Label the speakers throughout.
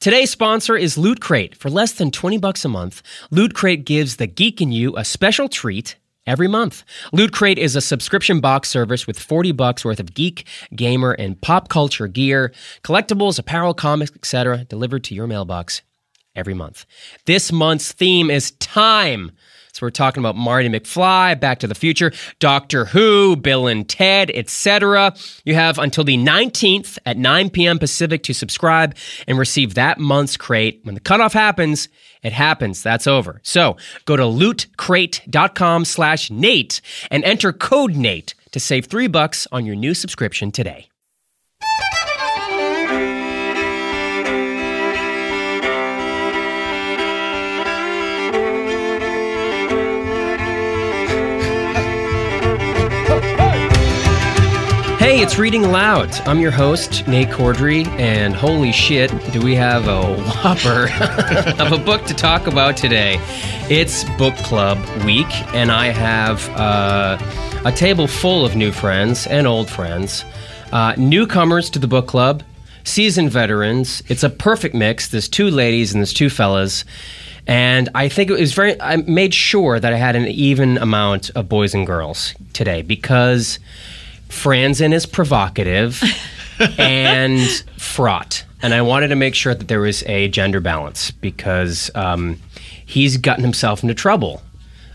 Speaker 1: Today's sponsor is Loot Crate. For less than 20 bucks a month, Loot Crate gives the geek in you a special treat every month. Loot Crate is a subscription box service with 40 bucks worth of geek, gamer, and pop culture gear, collectibles, apparel, comics, etc., delivered to your mailbox every month. This month's theme is time. So we're talking about Marty McFly, Back to the Future, Doctor Who, Bill and Ted, etc. You have until the 19th at 9 p.m. Pacific to subscribe and receive that month's crate. When the cutoff happens, it happens. That's over. So go to lootcrate.com slash Nate and enter code Nate to save three bucks on your new subscription today. Hey, it's Reading Loud. I'm your host, Nate Cordry, and holy shit, do we have a whopper of a book to talk about today? It's book club week, and I have uh, a table full of new friends and old friends, uh, newcomers to the book club, seasoned veterans. It's a perfect mix. There's two ladies and there's two fellas. And I think it was very, I made sure that I had an even amount of boys and girls today because. Franzen is provocative and fraught. And I wanted to make sure that there was a gender balance because um, he's gotten himself into trouble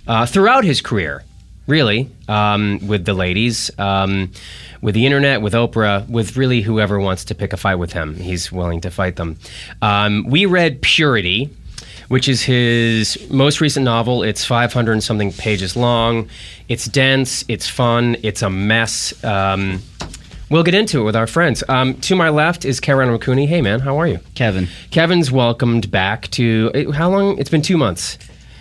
Speaker 1: uh, throughout his career, really, um, with the ladies, um, with the internet, with Oprah, with really whoever wants to pick a fight with him. He's willing to fight them. Um, we read Purity, which is his most recent novel. It's 500 and something pages long. It's dense, it's fun, it's a mess. Um, we'll get into it with our friends. Um, to my left is Karen Rakuni. Hey, man, how are you?
Speaker 2: Kevin.
Speaker 1: Kevin's welcomed back to eh, how long? It's been two months.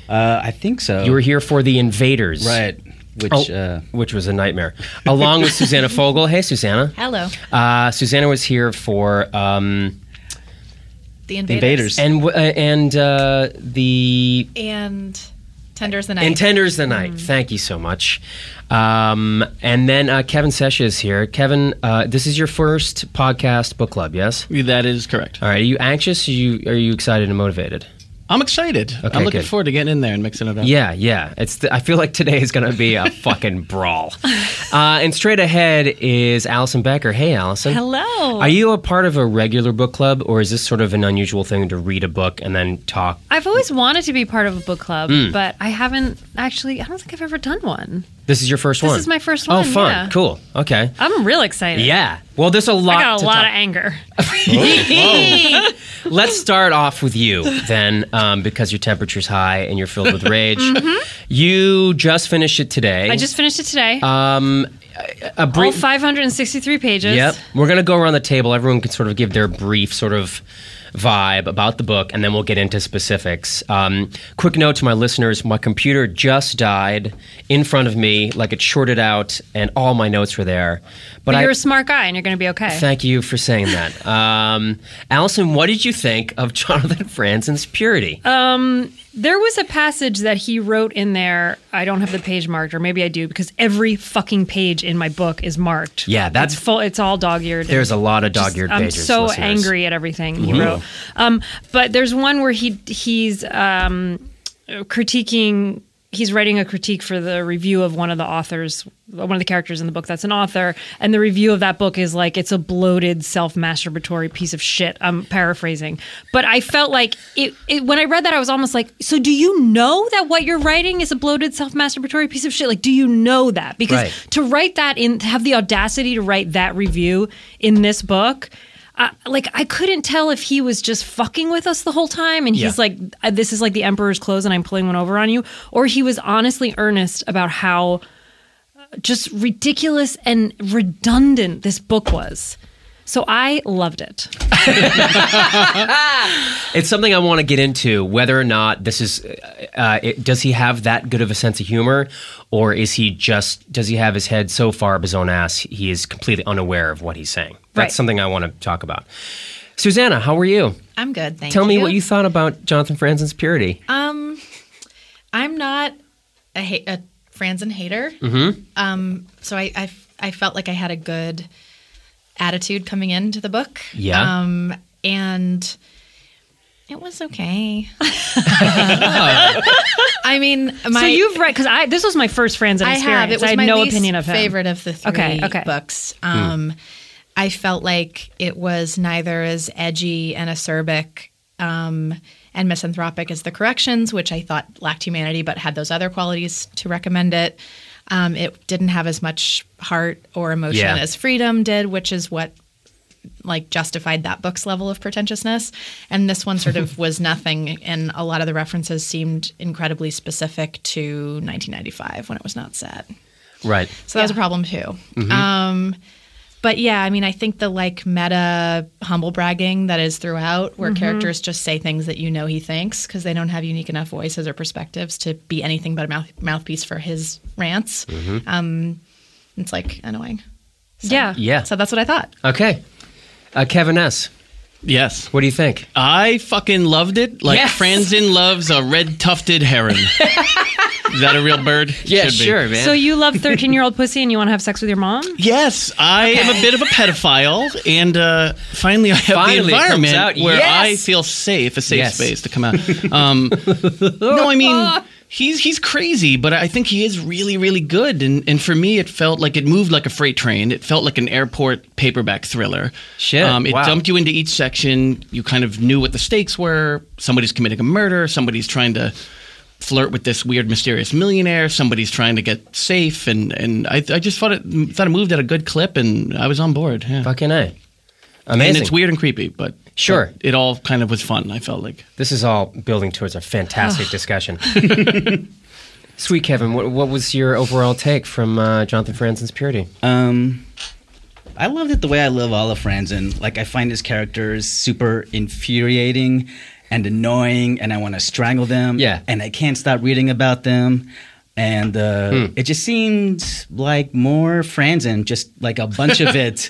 Speaker 2: Uh, I think so.
Speaker 1: You were here for The Invaders.
Speaker 2: right. Which
Speaker 1: Oh,
Speaker 2: uh,
Speaker 1: which was a nightmare. Along with Susanna Fogel. Hey, Susanna.
Speaker 3: Hello.
Speaker 1: Uh, Susanna was here for um,
Speaker 3: The
Speaker 2: the
Speaker 3: invaders.
Speaker 2: invaders.
Speaker 1: and w- uh, and uh, the
Speaker 3: And Tender's the Night.
Speaker 1: And Tender's the Night. Thank you so much. Um, and then uh, Kevin Sesha is here. Kevin, uh, this is your first podcast book club, yes?
Speaker 2: uh,
Speaker 4: That is correct.
Speaker 1: All right. Are you anxious? Are you, are you excited and motivated?
Speaker 4: I'm excited.
Speaker 1: Okay,
Speaker 4: I'm looking
Speaker 1: good.
Speaker 4: forward to getting in there and mixing it up.
Speaker 1: Yeah, yeah. It's. The, I feel like today is going to be a fucking brawl. Uh, and straight ahead is Allison Becker. Hey, Allison.
Speaker 3: Hello.
Speaker 1: Are you a part of a regular book club, or is this sort of an unusual thing to read a book and then talk?
Speaker 5: I've always wanted to be part of a book club,
Speaker 1: Hmm.
Speaker 5: but I haven't actually. I don't think I've ever done one.
Speaker 1: This is your first
Speaker 5: This
Speaker 1: one.
Speaker 5: is my first
Speaker 1: Oh,
Speaker 5: one,
Speaker 1: fun.
Speaker 5: yeah.
Speaker 1: Cool. Okay.
Speaker 5: I'm real excited.
Speaker 1: Yeah. Well, there's a lot.
Speaker 5: I got
Speaker 1: to
Speaker 5: a lot
Speaker 1: talk- Oh,
Speaker 5: of anger.
Speaker 1: Let's start off with you then, um, because your temperature's high and you're filled with rage. You just finished it today.
Speaker 5: Mm-hmm. I just finished it today.
Speaker 1: um, a
Speaker 5: all
Speaker 1: brief.
Speaker 5: 563 pages.
Speaker 1: Yep. We're gonna go around the table. Everyone can sort of give their brief sort of vibe about the book, and then we'll get into specifics. Um, quick note to my listeners: my computer just died in front of me, like it shorted out, and all my notes were there.
Speaker 5: But
Speaker 1: I.
Speaker 5: you're a smart guy, and you're going to be okay.
Speaker 1: Thank you for saying that. Um, Allison, what did you think of Jonathan Franzen's purity?
Speaker 5: Uh, there was a passage that he wrote in there. I don't have the page marked, or maybe I do, because every fucking page in my book is marked.
Speaker 1: Yeah, that's-
Speaker 5: it's full. It's all dog-eared.
Speaker 1: There's a lot of
Speaker 5: Just-
Speaker 1: dog-eared
Speaker 5: I'm
Speaker 1: pages.
Speaker 5: so
Speaker 1: listeners. Mm-hmm.
Speaker 5: angry at everything he wrote. Um, but there's one where he he's um, critiquing. He's writing a critique for the review of one of the authors, one of the characters in the book that's an author, and the review of that book is like it's a bloated, self-masturbatory piece of shit. I'm paraphrasing, but I felt like it, it when I read that I was almost like, so do you know that what you're writing is a bloated, self-masturbatory piece of shit? Like, do you know that? Because
Speaker 1: Right.
Speaker 5: to write that in to have the audacity to write that review in this book uh, like i couldn't tell if he was just fucking with us the whole time and
Speaker 1: Yeah.
Speaker 5: he's like "Uh, this is like the emperor's clothes and i'm pulling one over on you or he was honestly earnest about how uh, just ridiculous and redundant this book was so i loved it
Speaker 1: It's something I want to get into. Whether or not this is, uh, it, does he have that good of a sense of humor, or is he just does he have his head so far up his own ass he is completely unaware of what he's saying? That's
Speaker 5: Right.
Speaker 1: something I want to talk about. Susanna, how are you?
Speaker 3: I'm good. Thank
Speaker 1: Tell
Speaker 3: you.
Speaker 1: me what you thought about Jonathan Franzen's purity.
Speaker 3: Um, I'm not a, ha- a Franzen hater.
Speaker 5: Mm-hmm.
Speaker 3: Um, so I, I f- I felt like I had a good attitude coming into the book.
Speaker 1: Yeah.
Speaker 3: Um, and It was okay. I mean, my
Speaker 5: so you've read because I this was my first Franzen
Speaker 3: I
Speaker 5: experience.
Speaker 3: have. It was
Speaker 5: had
Speaker 3: my
Speaker 5: no
Speaker 3: least
Speaker 5: opinion of him.
Speaker 3: favorite of the three
Speaker 5: Okay, okay.
Speaker 3: books. Um, I felt like it was neither as edgy and acerbic um, and misanthropic as The Corrections, which I thought lacked humanity but had those other qualities to recommend it. Um, it didn't have as much heart or emotion
Speaker 1: Yeah.
Speaker 3: as Freedom did, which is what like justified that book's level of pretentiousness and this one sort of was nothing and a lot of the references seemed incredibly specific to 1995 when it was not set
Speaker 1: Right.
Speaker 3: so that was a problem too um, but yeah i mean i think the like meta humble bragging that is throughout where characters just say things that you know he thinks because they don't have unique enough voices or perspectives to be anything but a mouth- mouthpiece for his rants um, it's like annoying
Speaker 5: Yeah.
Speaker 1: Yeah.
Speaker 3: so that's what i thought
Speaker 1: Okay. Uh, Kevin S.,
Speaker 4: Yes.
Speaker 1: what do you think?
Speaker 4: I fucking loved it. Like
Speaker 1: Yes.
Speaker 4: Franzen loves a red tufted heron. Is that a real bird? Should be.
Speaker 1: man.
Speaker 5: So you love thirteen-year-old pussy and you want to have sex with your mom?
Speaker 4: Yes, I am a bit of a pedophile, and uh, finally I have
Speaker 1: Finally it
Speaker 4: the
Speaker 1: comes
Speaker 4: environment
Speaker 1: out.
Speaker 4: where
Speaker 1: Yes!
Speaker 4: I feel safe, a safe
Speaker 1: Yes.
Speaker 4: space to come out. Um, no, I mean he's he's crazy, but I think he is really really good. And and for me, it felt like it moved like a freight train. It felt like an airport paperback thriller.
Speaker 1: Shit,
Speaker 4: Um, it
Speaker 1: wow.
Speaker 4: dumped you into each section. You kind of knew what the stakes were. Somebody's committing a murder. Somebody's trying to flirt with this weird, mysterious millionaire. Somebody's trying to get safe, and and I, I just thought it thought it moved at a good clip, and I was on board. Yeah.
Speaker 1: Fucking A. Amazing.
Speaker 4: and it's weird and creepy, but
Speaker 1: Sure.
Speaker 4: but it all kind of was fun. I felt like
Speaker 1: This is all building towards a fantastic discussion. Sweet Kevin, what, what was your overall take from uh, Jonathan Franzen's Purity?
Speaker 2: Um, I loved it the way I love Olive Franzen. Like I find his characters super infuriating and annoying, and I want to strangle them.
Speaker 1: Yeah.
Speaker 2: and I can't stop reading about them. And uh,
Speaker 1: Hmm.
Speaker 2: it just seemed like more Franzen, just like a bunch of it.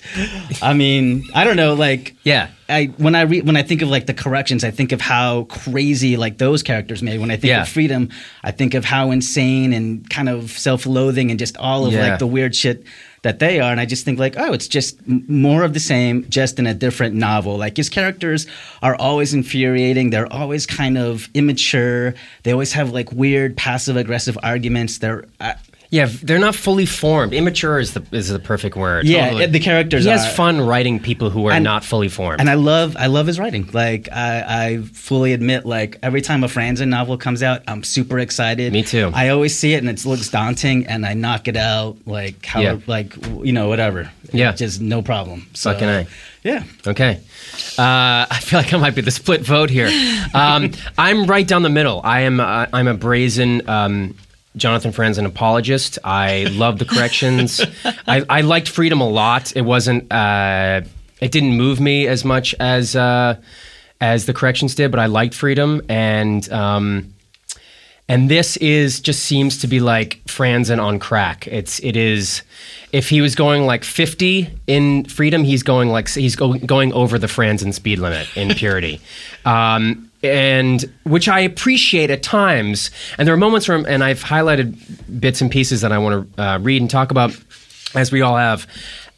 Speaker 2: I mean, I don't know, like
Speaker 1: Yeah.
Speaker 2: I when I read when I think of like the corrections, I think of how crazy like those characters made. When I think
Speaker 1: Yeah.
Speaker 2: of freedom, I think of how insane and kind of self-loathing and just all of
Speaker 1: Yeah.
Speaker 2: like the weird shit that they are. And I just think like, oh, it's just m- more of the same, just in a different novel. Like his characters are always infuriating. They're always kind of immature. They always have like weird passive-aggressive arguments. They're uh,
Speaker 1: Yeah, they're not fully formed. Immature is the is the perfect word.
Speaker 2: yeah, the characters.
Speaker 1: He
Speaker 2: are.
Speaker 1: has fun writing people who are
Speaker 2: And-
Speaker 1: not fully formed.
Speaker 2: And I love I love his writing. Like I, I fully admit, like every time a Franzen novel comes out, I'm super excited.
Speaker 1: Me too.
Speaker 2: I always see it and it looks daunting, and I knock it out like how
Speaker 1: Yeah.
Speaker 2: like you know whatever.
Speaker 1: Yeah.
Speaker 2: just no problem. So,
Speaker 1: Fucking A.
Speaker 2: Yeah.
Speaker 1: Okay. Uh, I feel like I might be the split vote here. Um, I'm right down the middle. I am. Uh, I'm a brazen um, Jonathan Franzen apologist. I love the corrections. I, I liked Freedom a lot. It wasn't. Uh, it didn't move me as much as uh, as the corrections did, but I liked Freedom and. Um, and this is just seems to be like Franzen on crack. It's it is if he was going like 50 in freedom, he's going like he's go, going over the Franzen speed limit in purity. um and which I appreciate at times. And there are moments where, I'm, and I've highlighted bits and pieces that I want to uh, read and talk about, as we all have,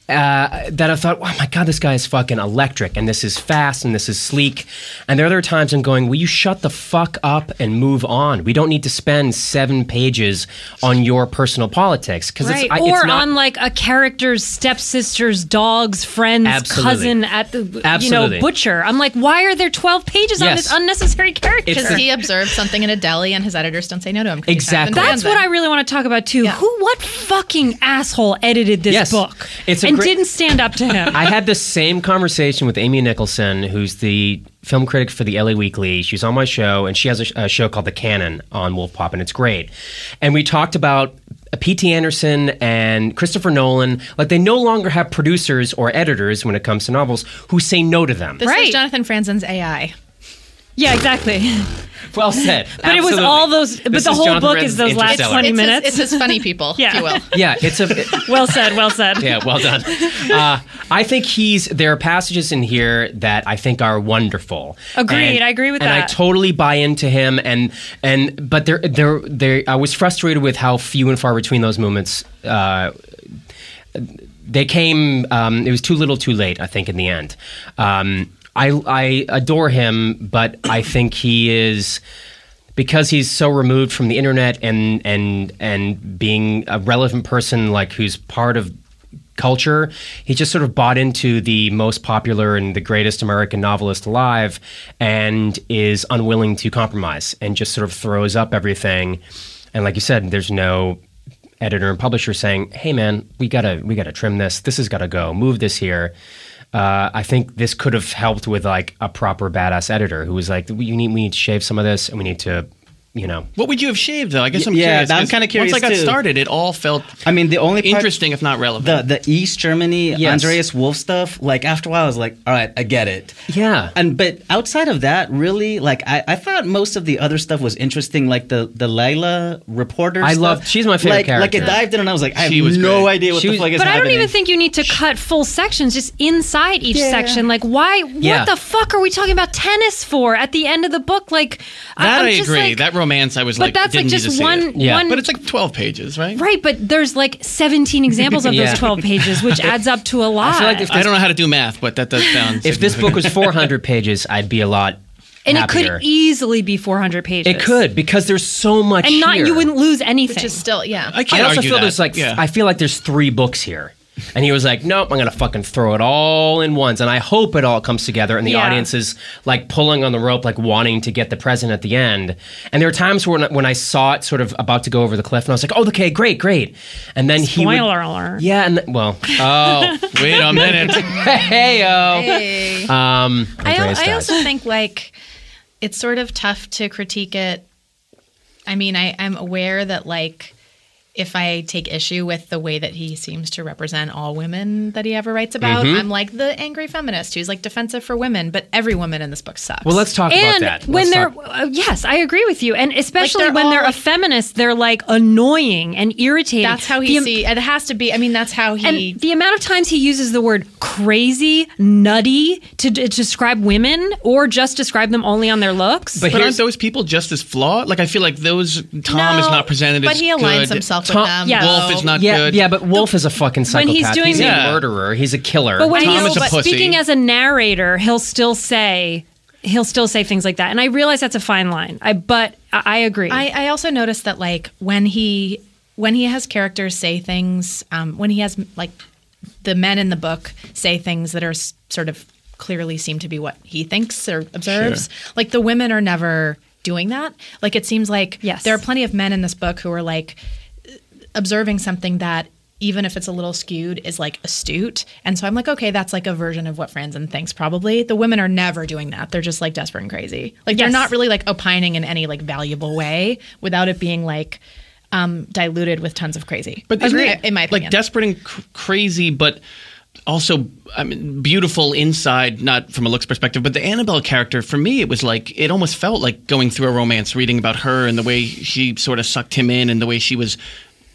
Speaker 1: uh, that I thought, oh my God, this guy is fucking electric and this is fast and this is sleek. And there are other times I'm going, will you shut the fuck up and move on? We don't need to spend seven pages on your personal politics because
Speaker 5: Right.
Speaker 1: it's, I-
Speaker 5: or
Speaker 1: it's not.
Speaker 5: on like a character's stepsister's dog's friend's
Speaker 1: Absolutely.
Speaker 5: cousin at the
Speaker 1: Absolutely.
Speaker 5: you know butcher. I'm like, why are there 12 pages on
Speaker 1: Yes.
Speaker 5: this unnecessary character?
Speaker 1: It's
Speaker 3: Because he observed something in a deli and his editors don't say no to him. 'cause he's not
Speaker 1: Exactly.
Speaker 5: That's
Speaker 1: Well,
Speaker 3: been
Speaker 5: what I
Speaker 3: banned.
Speaker 5: really want to talk about too.
Speaker 3: Yeah.
Speaker 5: Who, what fucking asshole edited this
Speaker 1: Yes.
Speaker 5: book
Speaker 1: It's a
Speaker 5: and
Speaker 1: great-
Speaker 5: didn't stand up to him?
Speaker 1: I had the same conversation with Amy Nicholson, who's the film critic for the LA Weekly. She's on my show, and she has a, sh- a show called The Canon on Wolf Pop, and it's great. And we talked about P.T. Anderson and Christopher Nolan. Like, they no longer have producers or editors when it comes to novels who say no to them.
Speaker 3: This
Speaker 5: Right.
Speaker 3: is Jonathan Franzen's AI.
Speaker 5: yeah, exactly.
Speaker 1: Well said.
Speaker 5: But it was
Speaker 1: Absolutely.
Speaker 5: all those- but
Speaker 1: This
Speaker 5: the
Speaker 1: is
Speaker 5: whole
Speaker 1: Jonathan
Speaker 5: book is
Speaker 1: Franzen's
Speaker 5: those last
Speaker 1: Interstellar.
Speaker 5: 20
Speaker 3: it's
Speaker 5: minutes.
Speaker 3: His, it's his funny people, if
Speaker 5: Yeah.
Speaker 3: you will.
Speaker 1: Yeah, it's a. it-
Speaker 5: Well said. Well said.
Speaker 1: Yeah, well done. Uh, I think he's. There are passages in here that I think are wonderful.
Speaker 5: Agreed,
Speaker 1: And-
Speaker 5: I agree with
Speaker 1: and
Speaker 5: that.
Speaker 1: I totally buy into him. And and but there there there. I was frustrated with how few and far between those moments. Uh, they came. Um, it was too little, too late. I think in the end, um, I I adore him, but I think he is because he's so removed from the internet and and and being a relevant person like who's part of culture he just sort of bought into the most popular and the greatest american novelist alive and is unwilling to compromise and just sort of throws up everything and like you said there's no editor and publisher saying hey man we gotta we gotta trim this this has gotta go move this here uh, I think this could have helped with like a proper badass editor who was like, "You need, we need to shave some of this, and we need to, you know."
Speaker 4: What would you have shaved though? I guess I'm
Speaker 2: Yeah,
Speaker 4: curious.
Speaker 2: I'm
Speaker 4: 'cause
Speaker 2: kinda curious,
Speaker 4: Once I got
Speaker 2: too.
Speaker 4: started, it all felt
Speaker 2: I mean, the only part,
Speaker 4: interesting, if not relevant.
Speaker 2: the the East Germany
Speaker 1: Yes.
Speaker 2: Andreas Wolf stuff. Like after a while, I was like, all right, I get it.
Speaker 1: Yeah.
Speaker 2: And but outside of that, really, like I, I thought most of the other stuff was interesting. Like the the Layla reporter.
Speaker 1: I
Speaker 2: stuff.
Speaker 1: love- she's my favorite
Speaker 2: like,
Speaker 1: character.
Speaker 2: Like I dived in and I was like, I
Speaker 4: She
Speaker 2: have
Speaker 4: was
Speaker 2: no
Speaker 4: great.
Speaker 2: idea what
Speaker 1: She
Speaker 2: the
Speaker 1: was-
Speaker 2: fuck is
Speaker 5: But I
Speaker 2: happening.
Speaker 5: don't even think you need to cut full sections, just inside each section. Like, why? What
Speaker 1: Yeah.
Speaker 5: the fuck are we talking about tennis for at the end of the book? Like,
Speaker 4: that
Speaker 5: I'm
Speaker 4: I
Speaker 5: just
Speaker 4: agree.
Speaker 5: Like,
Speaker 4: that romance, I was
Speaker 5: but
Speaker 4: like,
Speaker 5: that's
Speaker 4: didn't
Speaker 5: like
Speaker 4: need to
Speaker 5: just
Speaker 4: see it.
Speaker 5: one,
Speaker 1: Yeah.
Speaker 5: one
Speaker 4: But it's like 12 pages, right?
Speaker 5: Right, but there's like 17 examples of
Speaker 1: Yeah.
Speaker 5: those 12 pages, which adds up to a lot.
Speaker 1: feel like if
Speaker 4: I don't know how to do math, but that does sound.
Speaker 1: If this book was 400 pages, I'd be a lot
Speaker 5: and
Speaker 1: happier.
Speaker 5: it could easily be 400 pages.
Speaker 1: It could because there's so much
Speaker 5: And not
Speaker 1: here.
Speaker 5: you wouldn't lose anything.
Speaker 3: Which is still, yeah.
Speaker 4: I can't
Speaker 1: I also
Speaker 4: argue
Speaker 1: feel
Speaker 4: that.
Speaker 1: there's like
Speaker 4: yeah.
Speaker 1: I feel like there's three books here. And he was like, "Nope, I'm gonna fucking throw it all in once." And I hope it all comes together, and the
Speaker 5: Yeah.
Speaker 1: audience is like pulling on the rope, like wanting to get the present at the end. And there were times when when I saw it sort of about to go over the cliff, and I was like, "Oh, okay, great, great." And then he,
Speaker 5: Spoiler
Speaker 1: would,
Speaker 5: alert.
Speaker 1: yeah, and th- well, oh,
Speaker 4: Wait a minute.
Speaker 1: heyo.
Speaker 3: Hey.
Speaker 1: Um, Andreas
Speaker 3: I, I
Speaker 1: dies.
Speaker 3: also think like it's sort of tough to critique it. I mean, I, I'm aware that like if I take issue with the way that he seems to represent all women that he ever writes about,
Speaker 4: Mm-hmm.
Speaker 3: I'm like the angry feminist who's like defensive for women, but every woman in this book sucks.
Speaker 1: well, let's talk
Speaker 5: and
Speaker 1: about that. Let's
Speaker 5: when they're
Speaker 1: talk-
Speaker 5: uh, yes, I agree with you, and especially
Speaker 3: they're
Speaker 5: when
Speaker 3: all,
Speaker 5: they're a
Speaker 3: like-
Speaker 5: feminist, they're like annoying and irritating.
Speaker 3: that's how
Speaker 5: The
Speaker 3: he
Speaker 5: am-
Speaker 3: see. It has to be. I mean, that's how
Speaker 5: And
Speaker 3: he.
Speaker 5: the amount of times he uses the word crazy, nutty to d- describe women, or just describe them only on their looks.
Speaker 4: But aren't those people just as flawed? Like I feel like those Tom is
Speaker 3: No,
Speaker 4: not presented
Speaker 3: but
Speaker 4: as
Speaker 3: he aligns
Speaker 4: good.
Speaker 3: himself
Speaker 1: Tom-
Speaker 3: with them.
Speaker 5: Yeah.
Speaker 3: though.
Speaker 4: Wolf is not
Speaker 1: yeah,
Speaker 4: good.
Speaker 1: yeah, but Wolf is a fucking psychopath.
Speaker 5: when he's doing
Speaker 1: a
Speaker 4: Yeah.
Speaker 1: murderer. He's a killer.
Speaker 5: But when
Speaker 4: Tom is
Speaker 5: he's
Speaker 4: a pussy.
Speaker 5: speaking as a narrator, he'll still say he'll still say things like that. And I realize that's a fine line. I but I, I agree.
Speaker 3: I, I also noticed that like when he when he has characters say things um, when he has like the men in the book say things that are s- sort of clearly seem to be what he thinks or observes like the women are never doing that like it seems like
Speaker 5: Yes.
Speaker 3: there are plenty of men in this book who are like observing something that even if it's a little skewed is like astute and so i'm like okay that's like a version of what franzen thinks probably the women are never doing that they're just like desperate and crazy like they're
Speaker 5: Yes.
Speaker 3: not really like opining in any like valuable way without it being like um diluted with tons of crazy
Speaker 4: But isn't
Speaker 3: Agree.
Speaker 4: it,
Speaker 3: in my opinion
Speaker 4: like desperate and cr- crazy, but also I mean beautiful inside, not from a looks perspective. But the Annabelle character for me, it was like it almost felt like going through a romance, reading about her and the way she sort of sucked him in, and the way she was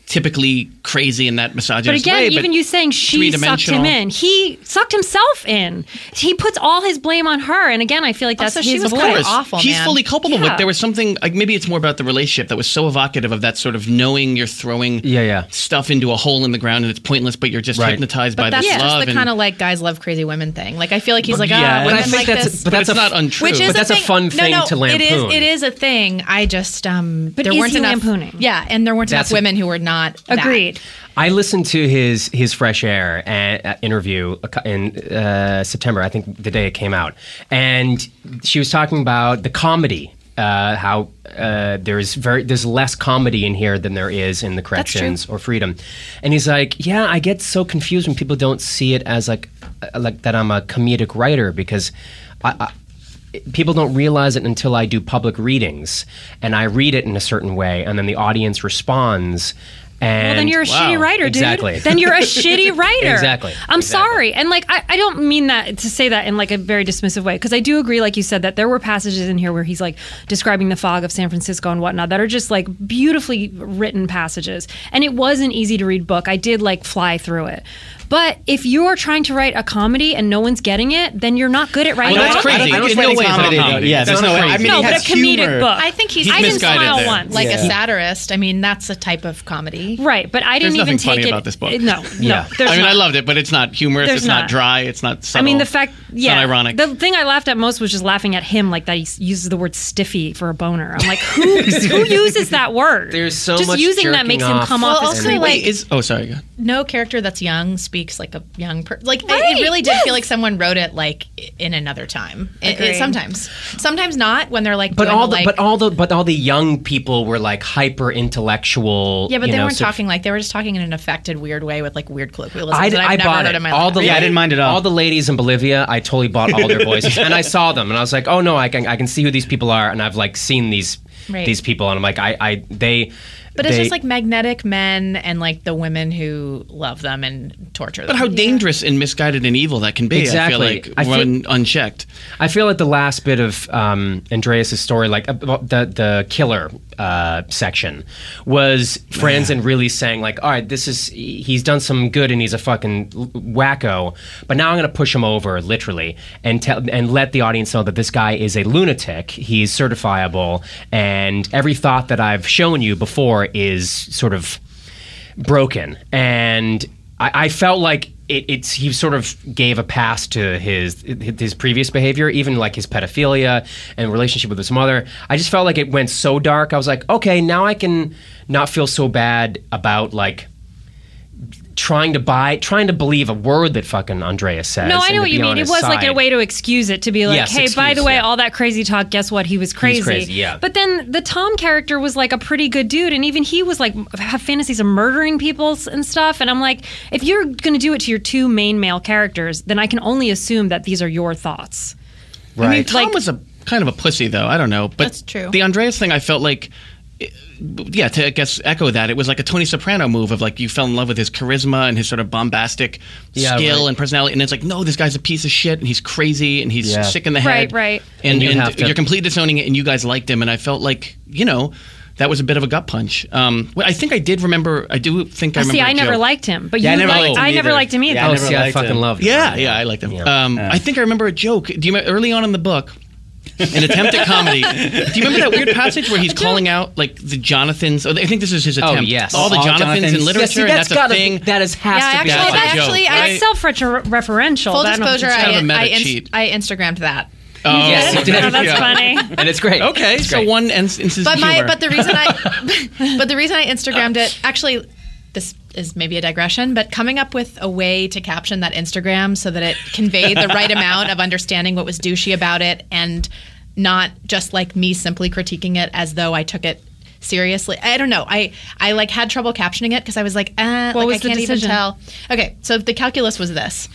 Speaker 4: typically crazy in that
Speaker 5: but
Speaker 4: misogynist
Speaker 5: again,
Speaker 4: way.
Speaker 5: even you saying she sucked him
Speaker 4: three-dimensional.
Speaker 5: in, he sucked himself in. He puts all his blame on her, and again, I feel like that's
Speaker 3: Also,
Speaker 5: his
Speaker 3: she was
Speaker 5: blame.
Speaker 3: kinda
Speaker 4: course.
Speaker 3: awful,
Speaker 4: He's
Speaker 3: man.
Speaker 4: fully culpable,
Speaker 5: Yeah.
Speaker 4: but there was something like maybe it's more about the relationship that was so evocative of that sort of knowing you're throwing
Speaker 1: Yeah, yeah.
Speaker 4: stuff into a hole in the ground and it's pointless, but you're just
Speaker 1: Right.
Speaker 4: hypnotized by
Speaker 3: but that's
Speaker 4: this
Speaker 3: just
Speaker 4: love.
Speaker 3: the
Speaker 4: and,
Speaker 3: kind of like guys love crazy women thing like i feel like he's like
Speaker 4: yeah,
Speaker 1: but
Speaker 4: but
Speaker 3: ah women
Speaker 1: I think
Speaker 3: like
Speaker 1: that's
Speaker 3: this
Speaker 1: but
Speaker 4: but
Speaker 1: that's
Speaker 4: it's
Speaker 1: a,
Speaker 4: not untrue.
Speaker 3: Which is
Speaker 1: But that's a
Speaker 3: thing-
Speaker 1: fun thing
Speaker 3: no, no,
Speaker 1: to lampoon.
Speaker 3: It is, it is a thing. I just um, but there
Speaker 5: is
Speaker 3: weren't
Speaker 5: he
Speaker 3: enough
Speaker 5: lampooning?
Speaker 3: Yeah, and there weren't
Speaker 1: That's a-
Speaker 3: enough women who were not that.
Speaker 5: Agreed.
Speaker 1: I listened to his his fresh air uh, uh, interview a cou- in uh, September, I think the day it came out, and she was talking about the comedy. Uh, how uh, there's very there's less comedy in here than there is in the corrections or freedom, and he's like, yeah, I get so confused when people don't see it as like uh, like that I'm a comedic writer because I, I, people don't realize it until I do public readings and I read it in a certain way, and then the audience responds. And
Speaker 5: Well, then you're a shitty writer, dude.
Speaker 1: Exactly.
Speaker 5: Then you're a shitty writer.
Speaker 1: Exactly.
Speaker 5: I'm
Speaker 1: Exactly.
Speaker 5: sorry. And like, I, I don't mean that to say that in like a very dismissive way, because I do agree, like you said, that there were passages in here where he's like describing the fog of San Francisco and whatnot that are just like beautifully written passages. And it was an easy to read book. I did like fly through it. But if you are trying to write a comedy and no one's getting it, then you're not good at writing.
Speaker 4: Well,
Speaker 5: a
Speaker 4: that's
Speaker 5: comedy.
Speaker 4: crazy.
Speaker 2: I don't
Speaker 4: In
Speaker 2: think
Speaker 4: no
Speaker 2: it's
Speaker 4: way is that
Speaker 2: comedy,
Speaker 4: a
Speaker 2: though.
Speaker 4: comedy.
Speaker 2: Yeah,
Speaker 4: That's
Speaker 2: there's no way.
Speaker 4: crazy.
Speaker 2: I mean,
Speaker 5: No,
Speaker 2: he
Speaker 5: but a
Speaker 2: has
Speaker 5: comedic
Speaker 2: humor.
Speaker 5: book.
Speaker 3: I think he's,
Speaker 4: He's
Speaker 3: I didn't
Speaker 4: misguided
Speaker 3: smile
Speaker 4: there.
Speaker 3: once. Like
Speaker 2: Yeah.
Speaker 3: a satirist. I mean, that's a type of comedy.
Speaker 1: funny?
Speaker 5: Right, but I
Speaker 4: There's
Speaker 5: didn't
Speaker 4: nothing
Speaker 5: even take
Speaker 4: funny
Speaker 5: it.
Speaker 4: about this book.
Speaker 5: No, no.
Speaker 1: Yeah.
Speaker 5: There's
Speaker 4: I mean,
Speaker 5: not.
Speaker 4: I loved it, but it's not humorous.
Speaker 5: There's
Speaker 4: it's not,
Speaker 5: not.
Speaker 4: dry. It's not.
Speaker 5: I
Speaker 4: Subtle.
Speaker 5: mean, the fact,
Speaker 4: It's
Speaker 5: yeah,
Speaker 4: not ironic.
Speaker 5: The thing I laughed at most was just laughing at him, like that he s- uses the word "stiffy" for a boner. I'm like, who who uses that word?
Speaker 1: There's so
Speaker 5: just
Speaker 1: much
Speaker 5: using that
Speaker 1: jerking
Speaker 5: makes him
Speaker 1: off
Speaker 5: come
Speaker 3: Well,
Speaker 5: off as
Speaker 3: also,
Speaker 5: creepy.
Speaker 3: like-
Speaker 4: Wait, is oh sorry. Go. ahead.
Speaker 3: no character that's young speaks like a young person. Like I-
Speaker 5: Right,
Speaker 3: it really did
Speaker 5: yes.
Speaker 3: feel like someone wrote it like i- in another time. It- It,
Speaker 5: Agreed.
Speaker 3: sometimes, sometimes not when they're like.
Speaker 1: But
Speaker 3: doing
Speaker 1: all the
Speaker 3: like,
Speaker 1: but all the but all the young people were like hyper intellectual.
Speaker 3: yeah, but
Speaker 1: you
Speaker 3: they
Speaker 1: know,
Speaker 3: weren't
Speaker 1: so-
Speaker 3: talking like they were just talking in an affected, weird way with like weird colloquialisms
Speaker 1: I,
Speaker 3: that
Speaker 1: I
Speaker 3: I've never
Speaker 1: bought it.
Speaker 3: heard in my
Speaker 1: all
Speaker 3: life.
Speaker 1: the
Speaker 2: Yeah, I didn't mind it all.
Speaker 1: All the ladies in Bolivia, I totally bought all their voices, and I saw them, and I was like, oh no, I can I can see who these people are, and I've like seen these
Speaker 3: Right.
Speaker 1: these people, and I'm like, I I they.
Speaker 3: but it's
Speaker 1: they-
Speaker 3: just like magnetic men and like the women who love them and torture them.
Speaker 4: But how dangerous and misguided and evil that can be. I
Speaker 1: Exactly.
Speaker 4: feel like
Speaker 1: I feel-
Speaker 4: when unchecked.
Speaker 1: I feel like the last bit of um, Andreas's story, like about the the killer uh, section, was friends and really saying like, all right, this is he's done some good and he's a fucking wacko, but now I'm gonna push him over literally and tell and let the audience know that this guy is a lunatic. He's certifiable, and every thought that I've shown you before is sort of broken and I, I felt like it, it's he sort of gave a pass to his his previous behavior, even like his pedophilia and relationship with his mother. I just felt like it went so dark. I was like, okay, now I can not feel so bad about like trying to buy, trying to believe a word that fucking Andrea says.
Speaker 5: No, I
Speaker 1: and
Speaker 5: know
Speaker 1: to
Speaker 5: what
Speaker 1: be
Speaker 5: you
Speaker 1: on
Speaker 5: mean. It
Speaker 1: his
Speaker 5: was like a
Speaker 1: side.
Speaker 5: way to excuse it to be like,
Speaker 1: Yes,
Speaker 5: "Hey, by
Speaker 1: excuse,
Speaker 5: the way,
Speaker 1: yeah.
Speaker 5: all that crazy talk. Guess what? He was crazy."
Speaker 1: crazy, yeah.
Speaker 5: But then the Tom character was like a pretty good dude, and even he was like have fantasies of murdering people s- and stuff. And I'm like, if you're going to do it to your two main male characters, then I can only assume that these are your thoughts.
Speaker 1: right.
Speaker 4: I mean, Tom
Speaker 5: Like-
Speaker 4: was a kind of a pussy, though. I don't know, but
Speaker 3: That's true.
Speaker 4: The Andreas thing, I felt like, eh, yeah, to I guess echo that, it was like a Tony Soprano move of like you fell in love with his charisma and his sort of bombastic
Speaker 1: Yeah,
Speaker 4: skill
Speaker 1: right.
Speaker 4: and personality, and it's like, no, this guy's a piece of shit and he's crazy and he's
Speaker 1: Yeah.
Speaker 4: sick in the
Speaker 5: Right,
Speaker 4: head,
Speaker 5: right.
Speaker 4: and,
Speaker 1: And you
Speaker 4: and
Speaker 1: have to-
Speaker 4: you're completely disowning it, and you guys liked him, and I felt like you know. That was a bit of a gut punch. Um, well, I think I did remember. I do think I remember.
Speaker 5: See, I
Speaker 4: a
Speaker 5: never
Speaker 4: joke.
Speaker 5: liked him, but
Speaker 2: Yeah, I
Speaker 5: you
Speaker 2: never
Speaker 5: liked,
Speaker 2: liked him
Speaker 5: I never
Speaker 2: either.
Speaker 5: liked him either.
Speaker 2: Yeah, I
Speaker 1: oh,
Speaker 2: never
Speaker 1: see, I
Speaker 2: liked
Speaker 1: fucking
Speaker 2: him.
Speaker 1: loved. it.
Speaker 4: Yeah, yeah, I like them.
Speaker 1: Yeah.
Speaker 4: Um, I think I remember a joke. Do you remember early on in the book? An attempt at comedy. Do you remember that weird passage where he's calling out like the Jonathans? I think this is his attempt.
Speaker 1: Oh, yes.
Speaker 4: all the
Speaker 2: All
Speaker 4: Jonathans,
Speaker 2: Jonathans.
Speaker 4: in
Speaker 2: Yeah,
Speaker 4: literature.
Speaker 1: Yeah, see,
Speaker 4: and
Speaker 1: that's
Speaker 4: that's
Speaker 1: got
Speaker 4: a thing.
Speaker 1: That is has
Speaker 3: Yeah,
Speaker 1: to be.
Speaker 3: actually,
Speaker 4: That's
Speaker 3: that
Speaker 4: a joke,
Speaker 3: actually,
Speaker 4: right?
Speaker 3: I
Speaker 5: That's self-referential.
Speaker 3: full
Speaker 5: That I don't-
Speaker 3: disclosure,
Speaker 4: it's kind of a meta
Speaker 3: I, I,
Speaker 4: cheat.
Speaker 3: inst- I Instagrammed that.
Speaker 4: Oh,
Speaker 1: Yes, it
Speaker 4: okay.
Speaker 1: did.
Speaker 5: Oh, that's
Speaker 4: Yeah.
Speaker 5: funny.
Speaker 1: and it's great.
Speaker 4: Okay,
Speaker 1: It's
Speaker 4: so
Speaker 1: great.
Speaker 4: one ins- instance
Speaker 3: but
Speaker 4: of
Speaker 3: my
Speaker 4: humor.
Speaker 3: but the reason I but the reason I Instagrammed it actually this is maybe a digression, but coming up with a way to caption that Instagram so that it conveyed the right amount of understanding what was douchey about it and not just like me simply critiquing it as though I took it seriously. I don't know. I I like had trouble captioning it because I was like, uh, like
Speaker 5: was
Speaker 3: I
Speaker 5: the
Speaker 3: can't even
Speaker 5: decision?
Speaker 3: tell. Okay, so the calculus was this.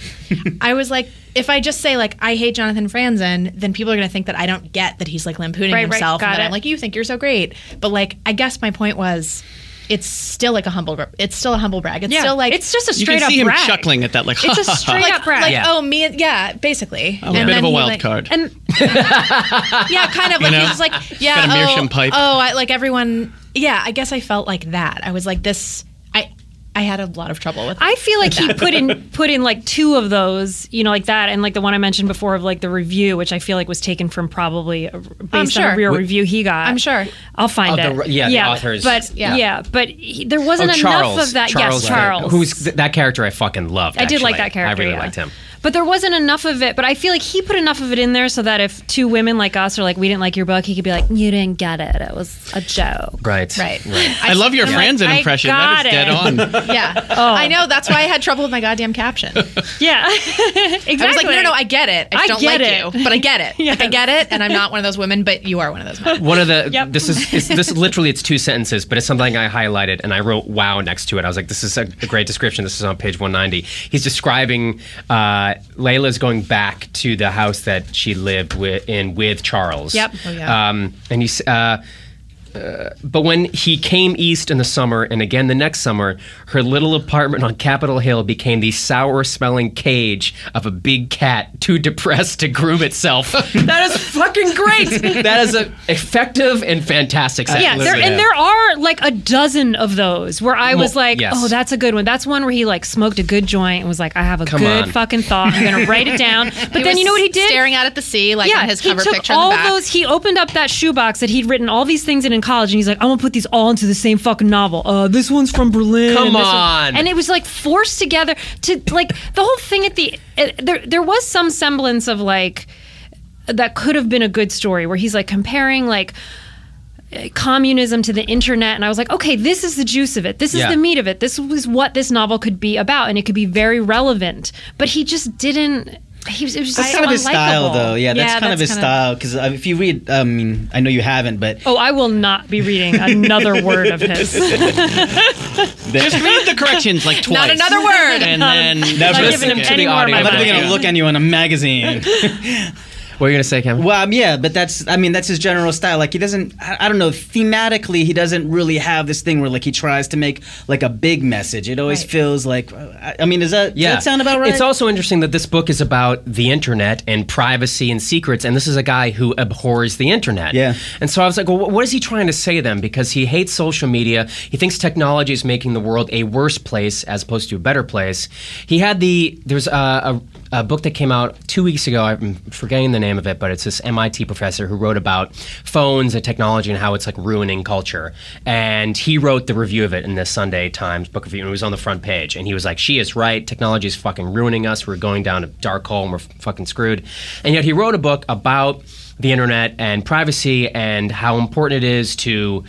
Speaker 3: I was like, if I just say like I hate Jonathan Franzen, then people are gonna think that I don't get that he's like lampooning
Speaker 5: Right, right,
Speaker 3: himself,
Speaker 5: got
Speaker 3: and that
Speaker 5: it.
Speaker 3: I'm like, you think you're so great, but like, I guess my point was, it's still like a humble, bra- it's still a humble brag. It's
Speaker 5: Yeah.
Speaker 3: still like
Speaker 5: it's just a
Speaker 4: you
Speaker 5: straight
Speaker 4: can
Speaker 5: up
Speaker 4: see him
Speaker 5: brag.
Speaker 4: chuckling at that, like
Speaker 5: It's a straight
Speaker 3: like,
Speaker 5: up brag.
Speaker 3: like,
Speaker 5: yeah.
Speaker 3: oh me, and- yeah, basically,
Speaker 4: a bit of a wild
Speaker 3: like,
Speaker 4: card.
Speaker 5: And
Speaker 3: Yeah, kind of like
Speaker 4: know?
Speaker 3: he's just like, yeah,
Speaker 4: got a
Speaker 3: oh,
Speaker 4: meerschaum pipe.
Speaker 3: oh, I, like everyone, yeah. I guess I felt like that. I was like this. I I had a lot of trouble with.
Speaker 5: I feel like he put in put in like two of those, you know, like that, and like the one I mentioned before of like the review, which I feel like was taken from probably a, based on
Speaker 3: sure.
Speaker 5: a real review he got.
Speaker 3: I'm sure.
Speaker 5: I'll find
Speaker 1: Oh, the-
Speaker 5: it.
Speaker 1: yeah, the author's-
Speaker 5: But yeah,
Speaker 3: Yeah.
Speaker 5: but he, there wasn't
Speaker 1: Oh,
Speaker 5: enough
Speaker 1: Charles.
Speaker 5: of that.
Speaker 1: Charles,
Speaker 5: yes, Charles,
Speaker 1: Who's th- that character? I fucking loved.
Speaker 5: I did like
Speaker 1: actually.
Speaker 5: that character.
Speaker 1: I really
Speaker 5: yeah.
Speaker 1: liked him.
Speaker 5: But there wasn't enough of it. But I feel like he put enough of it in there so that if two women like us are like, we didn't like your book, he could be like, you didn't get it. It was a joke.
Speaker 1: Right.
Speaker 3: Right.
Speaker 4: I love your
Speaker 5: I'm like,
Speaker 4: friends
Speaker 5: I
Speaker 4: and impression.
Speaker 5: got
Speaker 4: That is dead
Speaker 5: it.
Speaker 4: on.
Speaker 3: Yeah,
Speaker 5: Oh.
Speaker 3: I know. That's why I had trouble with my goddamn caption.
Speaker 5: Yeah, exactly.
Speaker 3: I was like, no, no, no, I get it. I, just
Speaker 5: I
Speaker 3: don't
Speaker 5: get
Speaker 3: like
Speaker 5: it.
Speaker 3: you, but I get it. Like, I
Speaker 5: Yes.
Speaker 3: get it, and I'm not one of those women, but you are one of those men.
Speaker 1: One of the
Speaker 5: Yep.
Speaker 1: this is it's, this literally it's two sentences, but it's something I highlighted and I wrote "wow" next to it. I was like, "This is a, a great description." This is on page 190. He's describing uh, Layla's going back to the house that she lived with, in with Charles.
Speaker 5: Yep.
Speaker 3: Oh, yeah.
Speaker 1: Um, and he's. Uh, but when he came east in the summer and again the next summer, her little apartment on Capitol Hill became the sour smelling cage of a big cat too depressed to groom itself. that is fucking great. that is a effective and fantastic sentence.
Speaker 5: Yeah, there,
Speaker 1: Listen,
Speaker 5: and there are like a dozen of those where I was
Speaker 1: Mo-
Speaker 5: like,
Speaker 1: yes.
Speaker 5: oh, that's a good one. That's one where he like smoked a good joint and was like, I have a
Speaker 1: Come
Speaker 5: good
Speaker 1: on.
Speaker 5: fucking thought. I'm gonna write it down. But
Speaker 3: He
Speaker 5: then
Speaker 3: was
Speaker 5: you know what he did?
Speaker 3: Staring out at the sea, like
Speaker 5: yeah,
Speaker 3: in his
Speaker 5: he
Speaker 3: cover
Speaker 5: took
Speaker 3: picture. in
Speaker 5: all
Speaker 3: the back.
Speaker 5: those. He opened up that shoebox that he'd written all these things in and college, and he's like, I'm gonna put these all into the same fucking novel. Uh, this one's from Berlin.
Speaker 1: Come
Speaker 5: and this one-
Speaker 1: on.
Speaker 5: and it was like forced together to like the whole thing at the it, there. There was some semblance of like that could have been a good story where he's like comparing like communism to the internet and i was like okay this is the juice of it this is
Speaker 1: Yeah.
Speaker 5: the meat of it this was what this novel could be about and it could be very relevant but he just didn't he was, it was just
Speaker 2: That's
Speaker 5: so
Speaker 2: kind of his
Speaker 5: unlikable.
Speaker 2: style, though. Yeah, that's kind of his
Speaker 5: kinda-
Speaker 2: style. Because if you read, I mean, I know you haven't, but
Speaker 5: oh i will not be reading another word of his
Speaker 4: Just read the corrections like twice.
Speaker 3: Not another word.
Speaker 4: And then
Speaker 2: Never
Speaker 5: Not
Speaker 1: listen
Speaker 5: giving him
Speaker 1: to
Speaker 5: any
Speaker 1: the
Speaker 5: more of
Speaker 1: audio.
Speaker 5: my
Speaker 2: I'm not
Speaker 1: Yeah.
Speaker 5: money.
Speaker 2: going to look at you in a magazine.
Speaker 1: What are you gonna say, Kevin?
Speaker 2: Well, um, yeah, but that's I mean that's his general style. Like he doesn't I, I don't know thematically he doesn't really have this thing where like he tries to make like a big message. It always
Speaker 3: Right.
Speaker 2: feels like I, I mean is that does that sound about right?
Speaker 1: It's also interesting that this book is about the internet and privacy and secrets, and this is a guy who abhors the internet.
Speaker 2: Yeah.
Speaker 1: And so I was like, well, wh- what is he trying to say then? Because he hates social media. He thinks technology is making the world a worse place as opposed to a better place. He had the there's a, a, a book that came out two weeks ago. I'm forgetting the name of it, but it's this MIT professor who wrote about phones and technology and how it's like ruining culture. And he wrote the review of it in the Sunday Times book review, and it was on the front page. And he was like, "She is right. Technology is fucking ruining us. We're going down a dark hole, and we're fucking screwed." And yet he wrote a book about the internet and privacy and how important it is to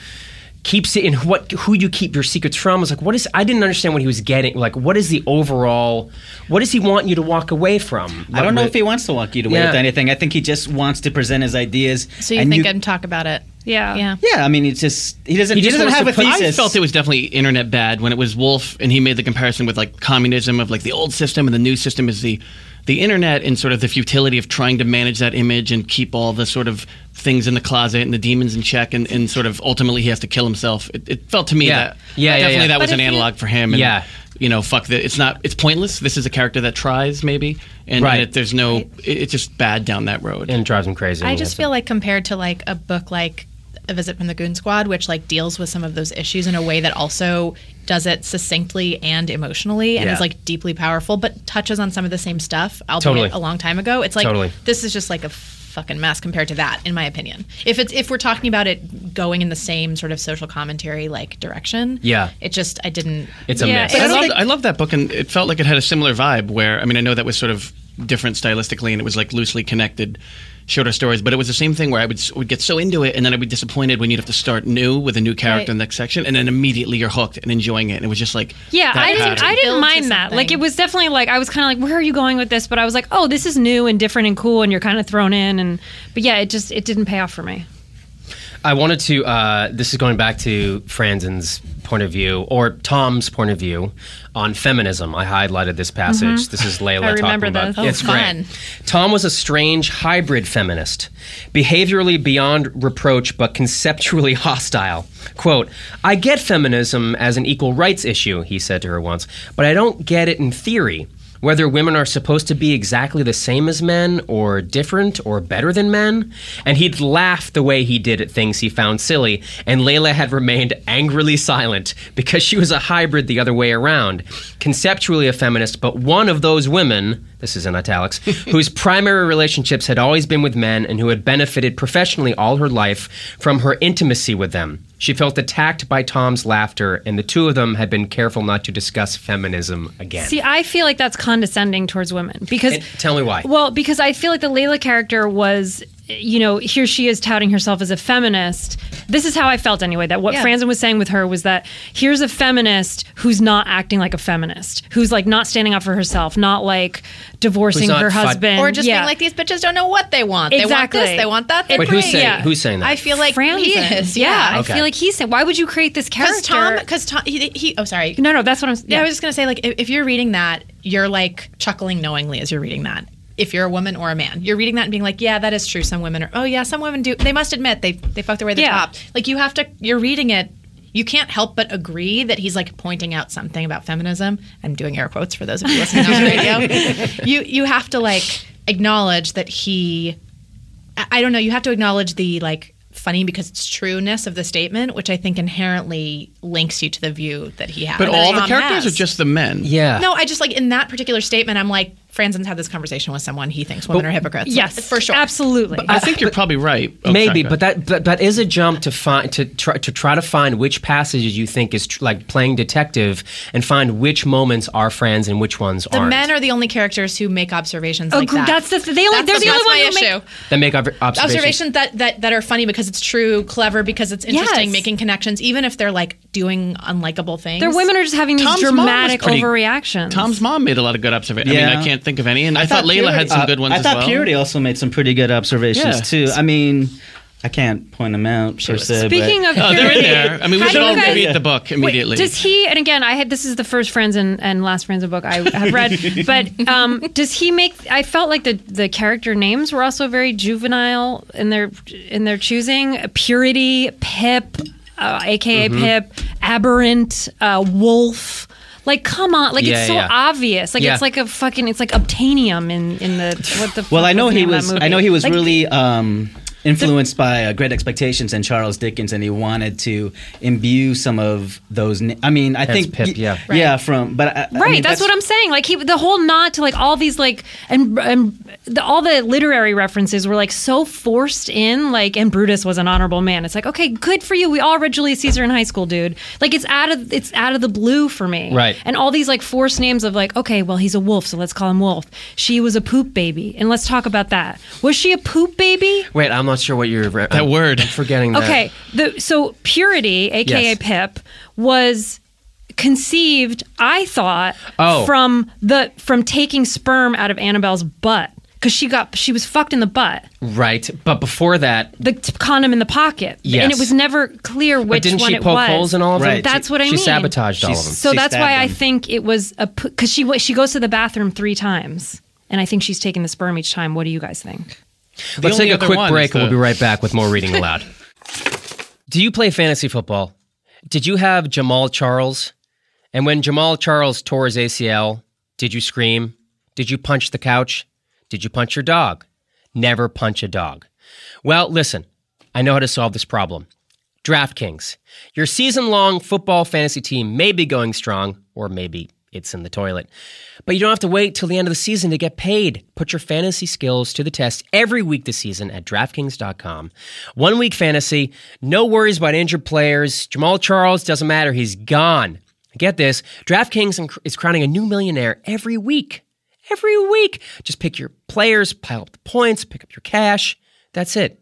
Speaker 1: keep se- and what who you keep your secrets from. I was like, what is? I didn't understand what he was getting. Like, what is the overall? What does he want you to walk away from?
Speaker 2: I don't know if he wants to walk you away
Speaker 1: Yeah.
Speaker 2: with anything. I think he just wants to present his ideas.
Speaker 3: So you
Speaker 2: and
Speaker 3: think and talk about it?
Speaker 5: Yeah.
Speaker 3: yeah.
Speaker 2: Yeah, I mean it's just he doesn't
Speaker 1: He
Speaker 2: he,
Speaker 1: just
Speaker 2: doesn't
Speaker 1: wants
Speaker 2: have
Speaker 1: to
Speaker 2: a
Speaker 1: put- I
Speaker 4: I
Speaker 2: thesis.
Speaker 4: felt it was definitely internet bad when it was Wolf, and he made the comparison with like communism of like the old system and the new system is the the internet and sort of the futility of trying to manage that image and keep all the sort of things in the closet and the demons in check and, and sort of ultimately he has to kill himself. It, it felt to me
Speaker 1: Yeah.
Speaker 4: that
Speaker 1: Yeah, yeah,
Speaker 4: definitely
Speaker 1: yeah.
Speaker 4: that was
Speaker 5: But
Speaker 4: an
Speaker 5: if you-
Speaker 4: analog for him. And,
Speaker 1: Yeah.
Speaker 4: you know, fuck that. It's not. It's pointless. This is a character that tries maybe, and,
Speaker 1: Right.
Speaker 4: and it, there's no. It, it's just bad down that road.
Speaker 1: and it drives him crazy.
Speaker 3: I
Speaker 1: and
Speaker 3: just
Speaker 1: he has
Speaker 3: feel like compared to like a book like A Visit from the Goon Squad, which like deals with some of those issues in a way that also does it succinctly and emotionally and
Speaker 1: Yeah.
Speaker 3: is like deeply powerful, but touches on some of the same stuff, albeit
Speaker 1: Totally.
Speaker 3: a long time ago. It's like
Speaker 1: Totally.
Speaker 3: this is just like a fucking mess compared to that, in my opinion. If it's if we're talking about it going in the same sort of social commentary like direction.
Speaker 1: Yeah.
Speaker 3: It just I didn't
Speaker 1: It's a
Speaker 5: Yeah,
Speaker 1: mess.
Speaker 5: it's-
Speaker 4: I,
Speaker 5: I
Speaker 4: love
Speaker 5: don't
Speaker 4: I love that book, and it felt like it had a similar vibe. Where I mean, I know that was sort of different stylistically, and it was like loosely connected, shorter stories. But it was the same thing where I would s- would get so into it, and then I'd be disappointed when you'd have to start new with a new character
Speaker 3: Right.
Speaker 4: in the next section, and then immediately you're hooked and enjoying it. And it was just like
Speaker 5: Yeah,
Speaker 4: that
Speaker 5: I didn't.
Speaker 4: pattern.
Speaker 5: I
Speaker 3: Build
Speaker 5: didn't
Speaker 3: to
Speaker 5: mind that.
Speaker 3: something.
Speaker 5: Like it was definitely like I was kind of like, where are you going with this? But I was like, oh, this is new and different and cool, and you're kind of thrown in. And but yeah, it just it didn't pay off for me.
Speaker 1: I wanted to. Uh, this is going back to Franzen's point of view or Tom's point of view on feminism. I highlighted this passage. This is Layla
Speaker 5: I
Speaker 1: talking
Speaker 5: remember
Speaker 1: about.
Speaker 5: those.
Speaker 1: it's
Speaker 3: Oh,
Speaker 1: great.
Speaker 3: fun.
Speaker 1: Tom was a strange hybrid feminist, behaviorally beyond reproach but conceptually hostile. Quote, I get feminism as an equal rights issue, he said to her once, but I don't get it in theory. Whether women are supposed to be exactly the same as men, or different, or better than men. And he'd laugh the way he did at things he found silly, and Layla had remained angrily silent because she was a hybrid the other way around. Conceptually a feminist, but one of those women, this is in italics, whose primary relationships had always been with men and who had benefited professionally all her life from her intimacy with them. She felt attacked by Tom's laughter, and the two of them had been careful not to discuss feminism again.
Speaker 5: See, I feel like that's condescending towards women because
Speaker 1: And tell me why.
Speaker 5: Well, because I feel like the Layla character was, you know, here she is touting herself as a feminist. This is how I felt anyway. That what
Speaker 3: Yeah.
Speaker 5: Franzen was saying with her was that here's a feminist who's not acting like a feminist, who's like not standing up for herself, not like divorcing
Speaker 1: not
Speaker 5: her
Speaker 1: fight-
Speaker 5: husband,
Speaker 3: or just
Speaker 5: yeah.
Speaker 3: being like these bitches don't know what they want. They want
Speaker 5: Exactly.
Speaker 3: this, they want that. They're
Speaker 1: Wait, who's
Speaker 3: great.
Speaker 1: saying-
Speaker 5: Yeah.
Speaker 1: who's saying that?
Speaker 3: I feel like
Speaker 5: Franzen.
Speaker 3: he is.
Speaker 5: yeah.
Speaker 1: Okay.
Speaker 5: I feel like he's saying, why would you create this character?
Speaker 3: because Tom, because Tom, he, he, oh, sorry.
Speaker 5: no, no, that's what I'm. Yeah,
Speaker 3: Yeah, I was just gonna say, like, if, if you're reading that, you're like chuckling knowingly as you're reading that. If you're a woman or a man, you're reading that and being like, "Yeah, that is true." Some women are, "Oh yeah, some women do." They must admit they they fucked their way to the
Speaker 5: Yeah.
Speaker 3: top. Like you have to, you're reading it. You can't help but agree that he's like pointing out something about feminism. I'm doing air quotes for those of you listening on the radio. You you have to like acknowledge that he I I don't know. You have to acknowledge the like funny because it's trueness of the statement, which I think inherently links you to the view that he has.
Speaker 4: but
Speaker 3: that
Speaker 4: all the
Speaker 3: Tom
Speaker 4: characters
Speaker 3: has.
Speaker 4: are just the men.
Speaker 1: yeah.
Speaker 3: no. I just like in that particular statement, I'm like Franzen's had this conversation with someone. He thinks women are hypocrites.
Speaker 5: Yes,
Speaker 3: for sure.
Speaker 5: absolutely.
Speaker 4: I think you're probably right. Oh,
Speaker 1: Maybe,
Speaker 4: sorry, go
Speaker 1: but that but that is a jump to find to try to try to find which passages you think is tr- like playing detective and find which moments are friends and which ones
Speaker 3: The
Speaker 1: aren't.
Speaker 3: men are the only characters who make observations like
Speaker 5: Agree-
Speaker 3: that.
Speaker 5: Oh, that's the- they only-
Speaker 3: That's
Speaker 5: they're the
Speaker 3: that's
Speaker 5: only one
Speaker 3: my
Speaker 5: who make-
Speaker 3: issue.
Speaker 1: that make ob- observations.
Speaker 3: observations that, that that are funny because it's true, clever because it's interesting,
Speaker 5: Yes.
Speaker 3: making connections, even if they're like doing unlikable things.
Speaker 5: Their women are just having these
Speaker 4: Tom's mom was
Speaker 5: dramatic
Speaker 4: pretty-
Speaker 5: overreactions.
Speaker 4: Tom's mom made a lot of good observations. I mean,
Speaker 2: Yeah.
Speaker 4: I can't think of any, and I, thought, Layla had
Speaker 2: Purity-
Speaker 4: some
Speaker 2: uh,
Speaker 4: good ones
Speaker 2: I
Speaker 4: as
Speaker 2: thought
Speaker 4: well.
Speaker 2: Purity also made some pretty good observations
Speaker 4: Yeah.
Speaker 2: too. I mean, I can't point them out per se. but-
Speaker 5: Speaking of
Speaker 4: Oh, they're in
Speaker 5: purity,
Speaker 4: there. I mean, we
Speaker 5: how
Speaker 4: should
Speaker 5: do
Speaker 4: all
Speaker 5: you guys-
Speaker 4: read the book immediately.
Speaker 5: Wait, does he? And again, I had this is the first Friends and, and last Friends book I have read. but um, does he make? I felt like the the character names were also very juvenile in their in their choosing. Purity, Pip, uh, aka Pip, aberrant, uh, Wolf. Like come on! Like
Speaker 1: Yeah,
Speaker 5: it's so
Speaker 1: yeah.
Speaker 5: obvious. Like
Speaker 1: Yeah.
Speaker 5: it's like a fucking. It's like obtanium in in the what the.
Speaker 2: well,
Speaker 5: fuck
Speaker 2: I know
Speaker 5: the
Speaker 2: he
Speaker 5: name of that
Speaker 2: was. I
Speaker 5: movie?
Speaker 2: know he was
Speaker 5: Like,
Speaker 2: really. Um, Influenced by uh, Great Expectations and Charles Dickens, and he wanted to imbue some of those. Na- I mean, I
Speaker 1: Hence
Speaker 2: think
Speaker 1: Pip,
Speaker 2: y-
Speaker 1: yeah.
Speaker 2: yeah, from but I, I
Speaker 5: Right,
Speaker 2: mean,
Speaker 5: that's, what I'm saying. Like he, the whole nod to like all these like and and the, all the literary references were like so forced in. Like and Brutus was an honorable man. It's like okay, good for you. We all read Julius Caesar in high school, dude. Like it's out of it's out of the blue for me.
Speaker 1: Right.
Speaker 5: And all these like forced names of like okay, well he's a wolf, so let's call him Wolf. She was a poop baby, and let's talk about that. Was she a poop baby?
Speaker 1: Wait, I'm not sure what you're that
Speaker 4: word.
Speaker 1: I'm forgetting that.
Speaker 5: Okay, the, so Purity, aka
Speaker 1: Yes.
Speaker 5: Pip, was conceived. I thought
Speaker 1: Oh.
Speaker 5: from the from taking sperm out of Annabelle's butt because she got she was fucked in the butt.
Speaker 1: Right, but before that,
Speaker 5: The t- condom in the pocket, and
Speaker 1: Yes.
Speaker 5: it was never clear
Speaker 1: but
Speaker 5: which
Speaker 1: didn't
Speaker 5: one
Speaker 1: she
Speaker 5: it
Speaker 1: poke
Speaker 5: was.
Speaker 1: holes in all of them?
Speaker 2: Right.
Speaker 5: That's what I
Speaker 1: she
Speaker 5: mean.
Speaker 1: sabotaged all of
Speaker 2: She's-
Speaker 1: them.
Speaker 5: So
Speaker 2: She
Speaker 5: that's
Speaker 2: stabbed
Speaker 5: why I
Speaker 2: him.
Speaker 5: think it was a because she wa- she goes to the bathroom three times, and I think she's taking the sperm each time. What do you guys think?
Speaker 1: Let's
Speaker 4: only
Speaker 1: take a
Speaker 4: other
Speaker 1: quick
Speaker 4: one
Speaker 1: break
Speaker 4: is
Speaker 1: and
Speaker 4: the-
Speaker 1: we'll be right back with more reading aloud. Do you play fantasy football? Did you have Jamal Charles? And when Jamal Charles tore his ACL, did you scream? Did you punch the couch? Did you punch your dog? Never punch a dog. Well, listen, I know how to solve this problem. DraftKings. Your season long football fantasy team may be going strong, or maybe it's in the toilet. But you don't have to wait till the end of the season to get paid. Put your fantasy skills to the test every week this season at DraftKings.com. One week fantasy, no worries about injured players. Jamal Charles doesn't matter, he's gone. Get this DraftKings is crowning a new millionaire every week. Every week. Just pick your players, pile up the points, pick up your cash. That's it.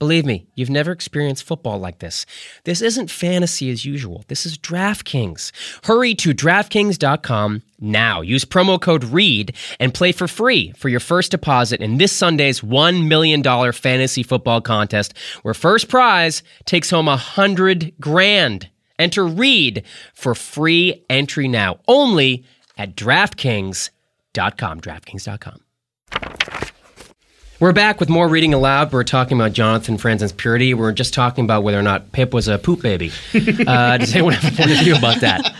Speaker 1: Believe me, you've never experienced football like this. This isn't fantasy as usual. This is DraftKings. Hurry to DraftKings.com now. Use promo code READ and play for free for your first deposit in this Sunday's $1 million fantasy football contest, where first prize takes home a hundred grand. Enter READ for free entry now, only at DraftKings.com. DraftKings.com. We're back with more reading aloud. We're talking about Jonathan Franzen's purity. We're just talking about whether or not Pip was a poop baby. Uh, does anyone have a point of view about that?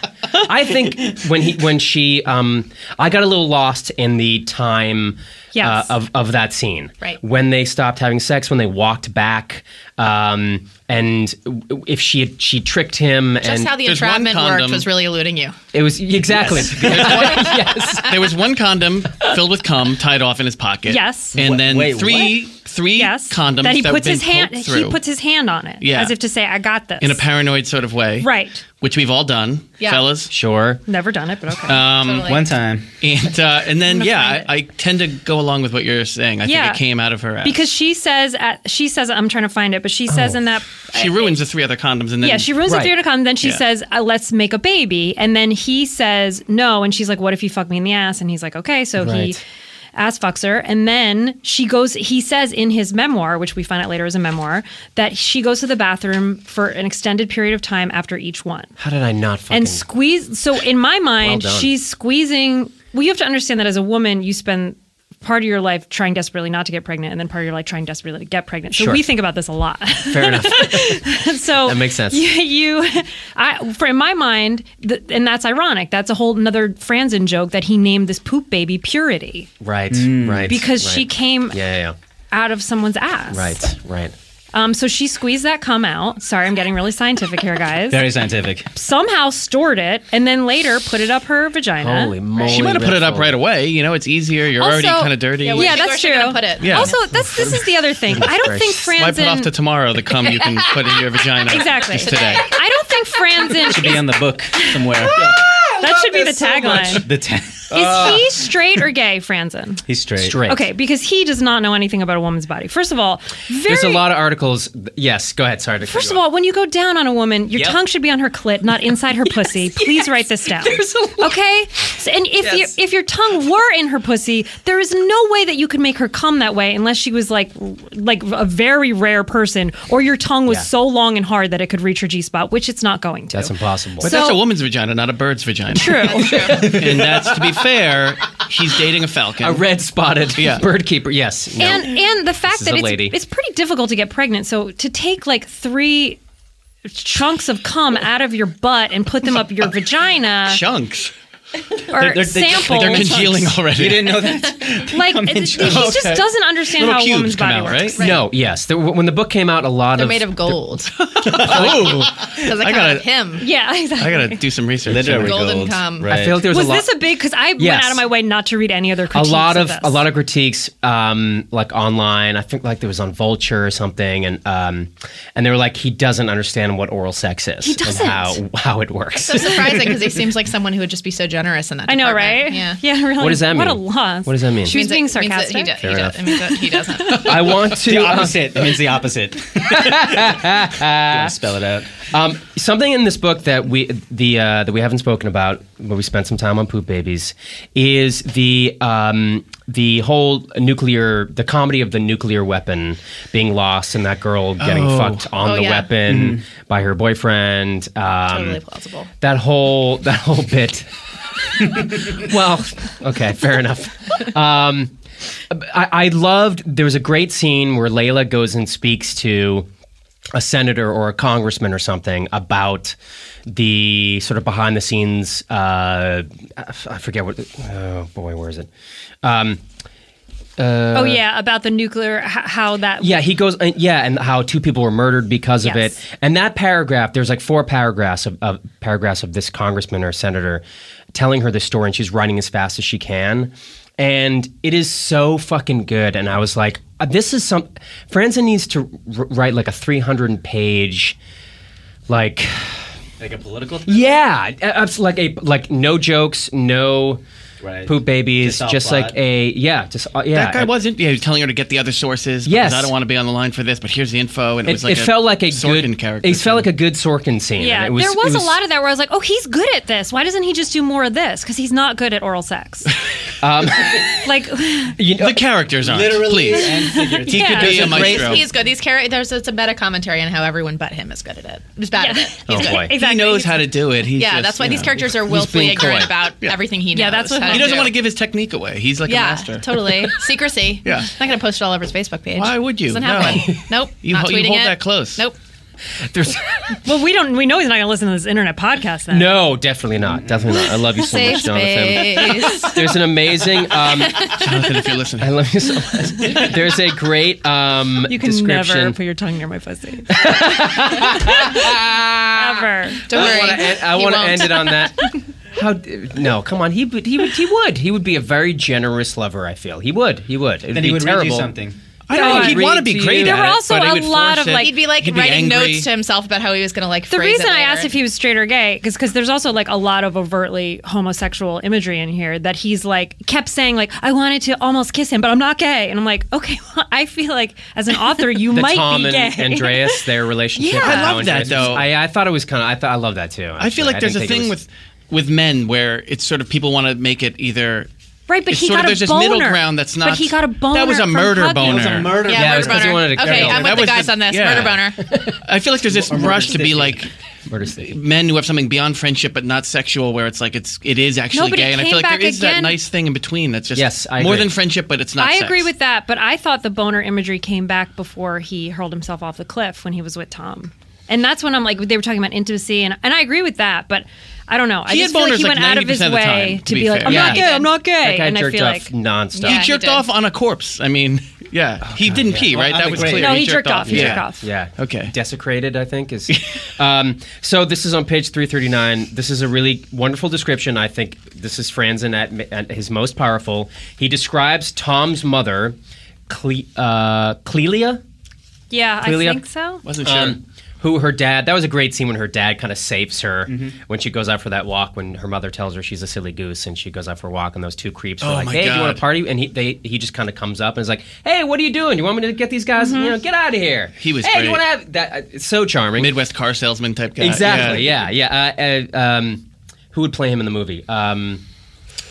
Speaker 1: I think when he when she um, I got a little lost in the time
Speaker 5: Yes.
Speaker 1: uh, of of that scene.
Speaker 3: Right.
Speaker 1: when they stopped having sex, when they walked back, um, and w- if she had, she tricked him
Speaker 3: Just
Speaker 1: and
Speaker 3: how the
Speaker 4: there's one
Speaker 3: entrapment worked
Speaker 4: condom-
Speaker 3: was really eluding you.
Speaker 1: it was exactly yes.
Speaker 4: there was one condom filled with cum tied off in his pocket.
Speaker 5: Yes.
Speaker 4: and then
Speaker 2: wait,
Speaker 4: three three
Speaker 5: Yes,
Speaker 4: condoms
Speaker 5: that he
Speaker 4: had
Speaker 5: puts
Speaker 4: been
Speaker 5: his hand
Speaker 4: poked through
Speaker 5: he puts his hand on it
Speaker 4: Yeah.
Speaker 5: as if to say, "I got this."
Speaker 4: in a paranoid sort of way,
Speaker 5: right,
Speaker 4: Which we've all done,
Speaker 3: Yeah.
Speaker 4: fellas.
Speaker 1: Sure.
Speaker 5: never done it, but okay.
Speaker 1: Um,
Speaker 4: Um,
Speaker 3: Totally.
Speaker 2: One time,
Speaker 4: And uh, and then yeah,
Speaker 5: find
Speaker 4: I, I tend to go along with what you're saying. I
Speaker 5: Yeah.
Speaker 4: think it came out of her ass
Speaker 5: because she says at she says I'm trying to find it, but she says in that
Speaker 4: she ruins the three other condoms, and then
Speaker 5: yeah she ruins
Speaker 1: Oh. Right.
Speaker 5: the theater con. Then she
Speaker 4: Yeah.
Speaker 5: says uh, let's make a baby, and then he says no, and she's like what if you fuck me in the ass? And he's like okay, so he
Speaker 1: Right.
Speaker 5: ass fucks her, and then she goes. He says in his memoir, which we find out later is a memoir, that she goes to the bathroom for an extended period of time after each one.
Speaker 1: How did I not fucking
Speaker 5: and squeeze. So in my mind,
Speaker 1: Well done.
Speaker 5: she's squeezing. Well, you have to understand that as a woman, you spend part of your life trying desperately not to get pregnant, and then part of your life trying desperately to get pregnant. So
Speaker 1: Sure.
Speaker 5: we think about this a lot.
Speaker 1: fair enough?
Speaker 5: so
Speaker 1: That makes sense.
Speaker 5: You, you I, for in my mind, th- and that's ironic. That's a whole another Franzen joke that he named this poop baby Purity
Speaker 1: right. Right.
Speaker 5: because she
Speaker 1: right.
Speaker 5: came
Speaker 1: Yeah. Yeah. yeah.
Speaker 5: out of someone's ass.
Speaker 1: Right, right.
Speaker 5: Um, so she squeezed that cum out. Sorry, I'm getting really scientific here, guys.
Speaker 2: Very scientific.
Speaker 5: Somehow stored it and then later put it up her vagina.
Speaker 1: Holy moly!
Speaker 4: She might have put it up
Speaker 1: Redfall.
Speaker 4: right away. You know, it's easier. You're already
Speaker 5: Also-
Speaker 4: kind of dirty.
Speaker 3: Yeah,
Speaker 4: Yeah,
Speaker 3: we-
Speaker 5: yeah,
Speaker 3: Where's
Speaker 5: that's
Speaker 3: she
Speaker 5: true.
Speaker 3: gonna put it?
Speaker 4: Yeah.
Speaker 5: Also, that's this is the other thing. I don't think
Speaker 4: Why
Speaker 5: Franzen
Speaker 4: put off to tomorrow the cum you can put in your vagina?
Speaker 5: Exactly.
Speaker 4: Just today.
Speaker 5: I don't think Franzen.
Speaker 2: Should be on the book somewhere.
Speaker 5: that should be the tagline.
Speaker 2: The ten.
Speaker 5: is he straight or gay, Franzen?
Speaker 2: He's straight.
Speaker 1: Straight.
Speaker 5: Okay, because he does not know anything about a woman's body. First of all, very,
Speaker 1: There's a lot of articles. Yes, go ahead. Sorry. To cut
Speaker 5: First
Speaker 1: you
Speaker 5: of all, when you go down on a woman, your
Speaker 1: Yep.
Speaker 5: tongue should be on her clit, not inside her pussy. Please write this down.
Speaker 1: There's a lot.
Speaker 5: Okay, so, and if
Speaker 1: Yes.
Speaker 5: your if your tongue were in her pussy, there is no way that you could make her come that way unless she was like like a very rare person, or your tongue was
Speaker 1: Yeah.
Speaker 5: so long and hard that it could reach her G spot, which it's not going to.
Speaker 1: that's impossible.
Speaker 4: But
Speaker 5: So-
Speaker 4: that's a woman's vagina, not a bird's vagina.
Speaker 5: true.
Speaker 4: And that's to be fair. She's dating a falcon.
Speaker 1: a red spotted
Speaker 4: Yeah.
Speaker 1: bird keeper. Yes. No.
Speaker 5: and and the fact
Speaker 1: is
Speaker 5: that
Speaker 1: a
Speaker 5: it's,
Speaker 1: lady.
Speaker 5: it's pretty difficult to get pregnant so to take like three chunks of cum out of your butt and put them up your vagina
Speaker 4: chunks.
Speaker 5: or
Speaker 2: they're- they just-
Speaker 5: samples
Speaker 4: They're congealing already.
Speaker 2: You didn't know that?
Speaker 5: like
Speaker 2: in
Speaker 5: it- it- he
Speaker 2: chunks.
Speaker 5: just
Speaker 4: Okay.
Speaker 5: doesn't understand
Speaker 4: Little
Speaker 5: how a
Speaker 4: cubes
Speaker 5: woman's
Speaker 4: come
Speaker 5: body
Speaker 4: out,
Speaker 5: works
Speaker 4: right?
Speaker 1: No. Yes. There, when the book came out, a lot
Speaker 3: They're
Speaker 1: of
Speaker 3: made of gold.
Speaker 4: Oh,
Speaker 3: Because I
Speaker 4: I
Speaker 3: kind
Speaker 4: gotta-
Speaker 3: of him.
Speaker 5: yeah exactly
Speaker 4: I gotta do some research.
Speaker 2: Literary
Speaker 3: Golden
Speaker 2: gold.
Speaker 3: cum.
Speaker 2: Right.
Speaker 1: I feel like there was,
Speaker 5: was
Speaker 1: a lot.
Speaker 5: this a big because i
Speaker 1: Yes.
Speaker 5: went out of my way not to read any other
Speaker 1: a
Speaker 5: critiques
Speaker 1: lot of
Speaker 5: this.
Speaker 1: a lot of critiques um like online i think like there was on vulture or something and um and they were like he doesn't understand what oral sex is he
Speaker 5: doesn't.
Speaker 1: and how how it works
Speaker 3: So surprising because he seems like someone who would just be so generous in that.
Speaker 5: i know
Speaker 3: department.
Speaker 5: right
Speaker 3: Yeah.
Speaker 5: yeah really
Speaker 1: what does that mean
Speaker 5: what a loss
Speaker 1: what does that mean
Speaker 5: she was being
Speaker 3: Means that-
Speaker 5: sarcastic
Speaker 3: Means that he, do- he, do- it means that he doesn't.
Speaker 1: i want to
Speaker 2: The
Speaker 1: uh,
Speaker 2: opposite. It means the opposite. You wanna spell it out.
Speaker 1: um something in this book that we the uh that we haven't spoken about but we spent some time on poop babies is the um the whole nuclear the comedy of the nuclear weapon being lost and that girl getting
Speaker 4: Oh.
Speaker 1: fucked on
Speaker 3: Oh,
Speaker 1: the
Speaker 3: yeah.
Speaker 1: weapon by her boyfriend um
Speaker 3: totally plausible.
Speaker 1: that whole that whole bit. well, okay, fair enough. Um, I, I loved. There was a great scene where Layla goes and speaks to a senator or a congressman or something about the sort of behind the scenes. Uh, I forget what. Oh boy, where is it? Um,
Speaker 5: oh yeah about the nuclear h- how that
Speaker 1: Uh, Yeah, he goes. Uh, yeah, and how two people were murdered because of
Speaker 5: Yes.
Speaker 1: it. And that paragraph, there's like four paragraphs of, of paragraphs of this congressman or senator telling her this story, and she's writing as fast as she can. And it is so fucking good. And I was like, uh, this is some. Franzen needs to r- write like a 300 page, like.
Speaker 2: Like a political
Speaker 1: Yeah, uh, it's like a like no jokes, no
Speaker 2: Right.
Speaker 1: poop babies,
Speaker 2: Just all
Speaker 1: just, like
Speaker 2: plot.
Speaker 1: a yeah, just uh, yeah.
Speaker 4: That guy wasn't. Yeah, he was telling her to get the other sources. because
Speaker 1: Yes.
Speaker 4: I don't want to be on the line for this, but here's the info. And it,
Speaker 1: It,
Speaker 4: was
Speaker 1: it
Speaker 4: like a
Speaker 1: felt like a
Speaker 4: Sorkin
Speaker 1: good
Speaker 4: character.
Speaker 1: It felt like a good Sorkin scene. and
Speaker 5: Yeah,
Speaker 1: it was,
Speaker 5: there
Speaker 1: it
Speaker 5: was, a lot of that where I was like, "Oh, he's good at this. Why doesn't he just do more of this? Because he's not good at oral sex."
Speaker 1: Um,
Speaker 5: like,
Speaker 1: Oh, You know,
Speaker 4: the characters aren't.
Speaker 2: Literally
Speaker 4: please.
Speaker 2: and figuratively.
Speaker 5: Yeah.
Speaker 4: Be a
Speaker 5: There's
Speaker 4: maestro.
Speaker 3: He's good. These characters. It's a meta commentary on how everyone but him is good at it. He's bad at it. He's
Speaker 1: Oh,
Speaker 3: good.
Speaker 1: boy.
Speaker 5: exactly.
Speaker 4: He knows how to do it. He's
Speaker 3: Yeah,
Speaker 4: just,
Speaker 3: that's why
Speaker 4: you
Speaker 3: these
Speaker 4: know,
Speaker 3: characters are willfully
Speaker 4: being coy.
Speaker 3: ignorant about
Speaker 4: Yeah.
Speaker 3: everything he knows.
Speaker 5: Yeah, that's what
Speaker 3: how
Speaker 5: I-
Speaker 4: He doesn't
Speaker 3: do.
Speaker 4: want to give his technique away. He's like a
Speaker 3: Yeah,
Speaker 4: master.
Speaker 3: totally. Secrecy.
Speaker 4: Yeah.
Speaker 3: not gonna post it all over his Facebook page.
Speaker 4: Why would you?
Speaker 3: Doesn't have
Speaker 4: No.
Speaker 3: one. Nope.
Speaker 4: You
Speaker 3: not
Speaker 4: ho- you
Speaker 3: tweeting
Speaker 4: hold
Speaker 3: it.
Speaker 4: that close.
Speaker 3: Nope.
Speaker 1: there's
Speaker 5: Well, we don't. We know he's not going to listen to this internet podcast. Then.
Speaker 1: no, definitely not, definitely not. I love you so
Speaker 3: Safe
Speaker 1: much, Jonathan.
Speaker 3: space.
Speaker 1: There's an amazing. Um,
Speaker 4: Jonathan, if you're listening.
Speaker 1: I love you so much. There's a great um,
Speaker 5: you can
Speaker 1: description.
Speaker 5: never put your tongue near my pussy. Ever.
Speaker 3: Don't
Speaker 1: I
Speaker 3: worry.
Speaker 1: wanna end- I
Speaker 3: He
Speaker 1: want to
Speaker 3: won't.
Speaker 1: end it on that. How? d- No, come on. He would. He would. He would. He would be a very generous lover. I feel he would. He would. It'd
Speaker 2: Then
Speaker 1: be
Speaker 2: he would read
Speaker 1: terrible.
Speaker 2: you something.
Speaker 4: I don't think
Speaker 1: Read
Speaker 4: he'd want to
Speaker 1: to
Speaker 4: be
Speaker 1: you.
Speaker 4: great
Speaker 1: There
Speaker 4: at
Speaker 5: were
Speaker 4: it,
Speaker 5: also
Speaker 4: but he
Speaker 5: a
Speaker 4: would
Speaker 5: lot
Speaker 4: force
Speaker 5: of,
Speaker 4: it.
Speaker 5: like-
Speaker 3: He'd be like
Speaker 4: He'd be
Speaker 3: writing
Speaker 4: angry.
Speaker 3: notes to himself about how he was gonna like.
Speaker 5: The
Speaker 3: phrase
Speaker 5: reason
Speaker 3: it
Speaker 5: I
Speaker 3: later.
Speaker 5: asked if he was straight or gay is because there's also like a lot of overtly homosexual imagery in here that he's like kept saying like I wanted to almost kiss him, but I'm not gay, and I'm like, okay, well, I feel like as an author you
Speaker 1: The
Speaker 5: might
Speaker 1: Tom
Speaker 5: be
Speaker 1: and
Speaker 5: gay.
Speaker 1: Andreas, their relationship.
Speaker 5: Yeah.
Speaker 1: and
Speaker 5: I
Speaker 1: how
Speaker 4: love that,
Speaker 1: Andreas was-
Speaker 4: though.
Speaker 1: I, I thought it was kind of. I thought I love that too.
Speaker 4: I feel like there's a thing with with men where it's sort of people want to make it either.
Speaker 5: Right, but
Speaker 4: it's
Speaker 5: he
Speaker 4: sort
Speaker 5: got
Speaker 4: of
Speaker 5: a
Speaker 4: there's this
Speaker 5: boner.
Speaker 4: middle ground that's not.
Speaker 5: But he got a boner.
Speaker 4: That was a
Speaker 5: from
Speaker 4: murder
Speaker 5: hugging.
Speaker 4: boner.
Speaker 2: It was a murder.
Speaker 3: Yeah,
Speaker 1: Yeah, it
Speaker 3: murder
Speaker 1: was 'cause he
Speaker 3: boner.
Speaker 1: wanted to
Speaker 3: okay,
Speaker 1: kill
Speaker 3: I'm
Speaker 1: her.
Speaker 4: That
Speaker 3: with the
Speaker 4: was
Speaker 3: guys
Speaker 4: the-
Speaker 3: on this.
Speaker 4: yeah.
Speaker 3: Murder boner.
Speaker 4: I feel like there's this rush to be like
Speaker 1: with
Speaker 4: men who have something beyond friendship but not sexual where it's like it's it is actually
Speaker 5: No, but it
Speaker 4: gay and i feel
Speaker 5: came
Speaker 4: like there
Speaker 5: back
Speaker 4: is that
Speaker 5: again.
Speaker 4: nice thing in between that's just
Speaker 1: Yes, I
Speaker 4: more
Speaker 1: agree.
Speaker 4: than friendship but it's not
Speaker 5: I
Speaker 4: sex.
Speaker 5: agree with that, but I thought the boner imagery came back before he hurled himself off the cliff when he was with Tom. And that's when I'm like, they were talking about intimacy, and, and I agree with that, but I don't know. I
Speaker 4: He
Speaker 5: just
Speaker 4: had
Speaker 5: feel like
Speaker 4: boners,
Speaker 5: he
Speaker 4: like,
Speaker 5: went out of his
Speaker 4: 90% of the
Speaker 5: way
Speaker 4: time,
Speaker 5: to
Speaker 4: to
Speaker 5: be
Speaker 4: be
Speaker 5: like,
Speaker 4: fair.
Speaker 5: I'm
Speaker 1: Yeah,
Speaker 5: not
Speaker 1: he
Speaker 5: gay,
Speaker 1: did.
Speaker 5: I'm not gay.
Speaker 1: that guy
Speaker 5: and I
Speaker 1: jerked
Speaker 5: feel
Speaker 1: off
Speaker 5: like,
Speaker 1: nonstop.
Speaker 3: Yeah,
Speaker 4: he
Speaker 3: he
Speaker 4: jerked
Speaker 3: did.
Speaker 4: off on a corpse i mean Yeah,
Speaker 1: Oh,
Speaker 4: he didn't pee, right?
Speaker 2: I
Speaker 4: that
Speaker 2: think
Speaker 4: was
Speaker 2: wait.
Speaker 4: clear.
Speaker 5: No, he jerked off. He
Speaker 4: yeah.
Speaker 5: jerked off.
Speaker 1: Yeah.
Speaker 4: Okay.
Speaker 1: Desecrated, I think is. um, so this is on page three thirty nine. This is a really wonderful description. I think this is Franzen at, at his most powerful. He describes Tom's mother, Cle- uh, Clelia.
Speaker 5: Yeah, I
Speaker 1: Clelia?
Speaker 5: think so.
Speaker 4: Wasn't sure.
Speaker 1: Um, who her dad? That was a great scene when her dad kind of saves her
Speaker 4: Mm-hmm.
Speaker 1: when she goes out for that walk. When her mother tells her she's a silly goose, and she goes out for a walk, and those two creeps are
Speaker 4: Oh,
Speaker 1: like,
Speaker 4: my
Speaker 1: "Hey, do you want
Speaker 4: God.
Speaker 1: to party?" And he they, he just kind of comes up and is like, "Hey, what are you doing? You want me to get these guys? You know, get out of here."
Speaker 4: Mm-hmm. He was
Speaker 1: Hey, do
Speaker 4: great.
Speaker 1: you want to have that? uh, It's so charming.
Speaker 4: Midwest car salesman type guy.
Speaker 1: exactly. Yeah, yeah. Uh, uh, um, who would play him in the movie? Um,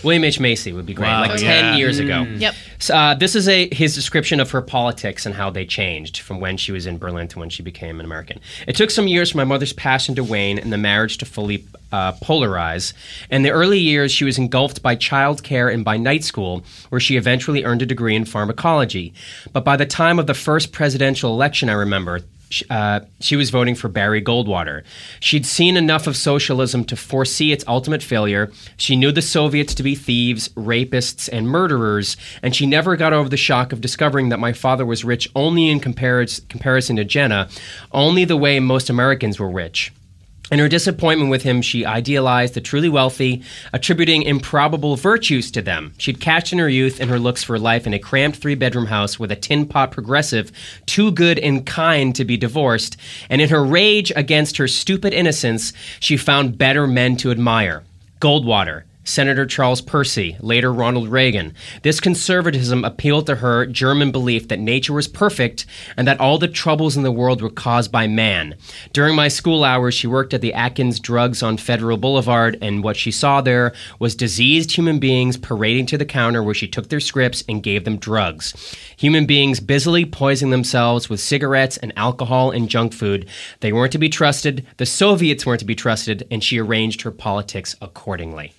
Speaker 1: William H Macy would be great.
Speaker 4: Wow,
Speaker 1: like
Speaker 4: yeah. Mm.
Speaker 1: ten years ago.
Speaker 3: Yep.
Speaker 1: So, uh, this is a his description of her politics and how they changed from when she was in Berlin to when she became an American. It took some years for my mother's passion to wane and the marriage to fully uh, polarize. In the early years, she was engulfed by childcare and by night school, where she eventually earned a degree in pharmacology. But by the time of the first presidential election, I remember. sh- Uh, she was voting for Barry Goldwater. She'd seen enough of socialism to foresee its ultimate failure. She knew the Soviets to be thieves, rapists, and murderers, and she never got over the shock of discovering that my father was rich only in comparis- comparison to Jenna, only the way most Americans were rich. In her disappointment with him, she idealized the truly wealthy, attributing improbable virtues to them. She'd cashed in her youth and her looks for life in a cramped three bedroom house with a tin pot progressive, too good and kind to be divorced, and in her rage against her stupid innocence, she found better men to admire. Goldwater, Senator Charles Percy, later Ronald Reagan. This conservatism appealed to her German belief that nature was perfect and that all the troubles in the world were caused by man. During my school hours, she worked at the Atkins Drugs on Federal Boulevard, and what she saw there was diseased human beings parading to the counter where she took their scripts and gave them drugs. Human beings busily poisoning themselves with cigarettes and alcohol and junk food. They weren't to be trusted, the Soviets weren't to be trusted, and she arranged her politics accordingly.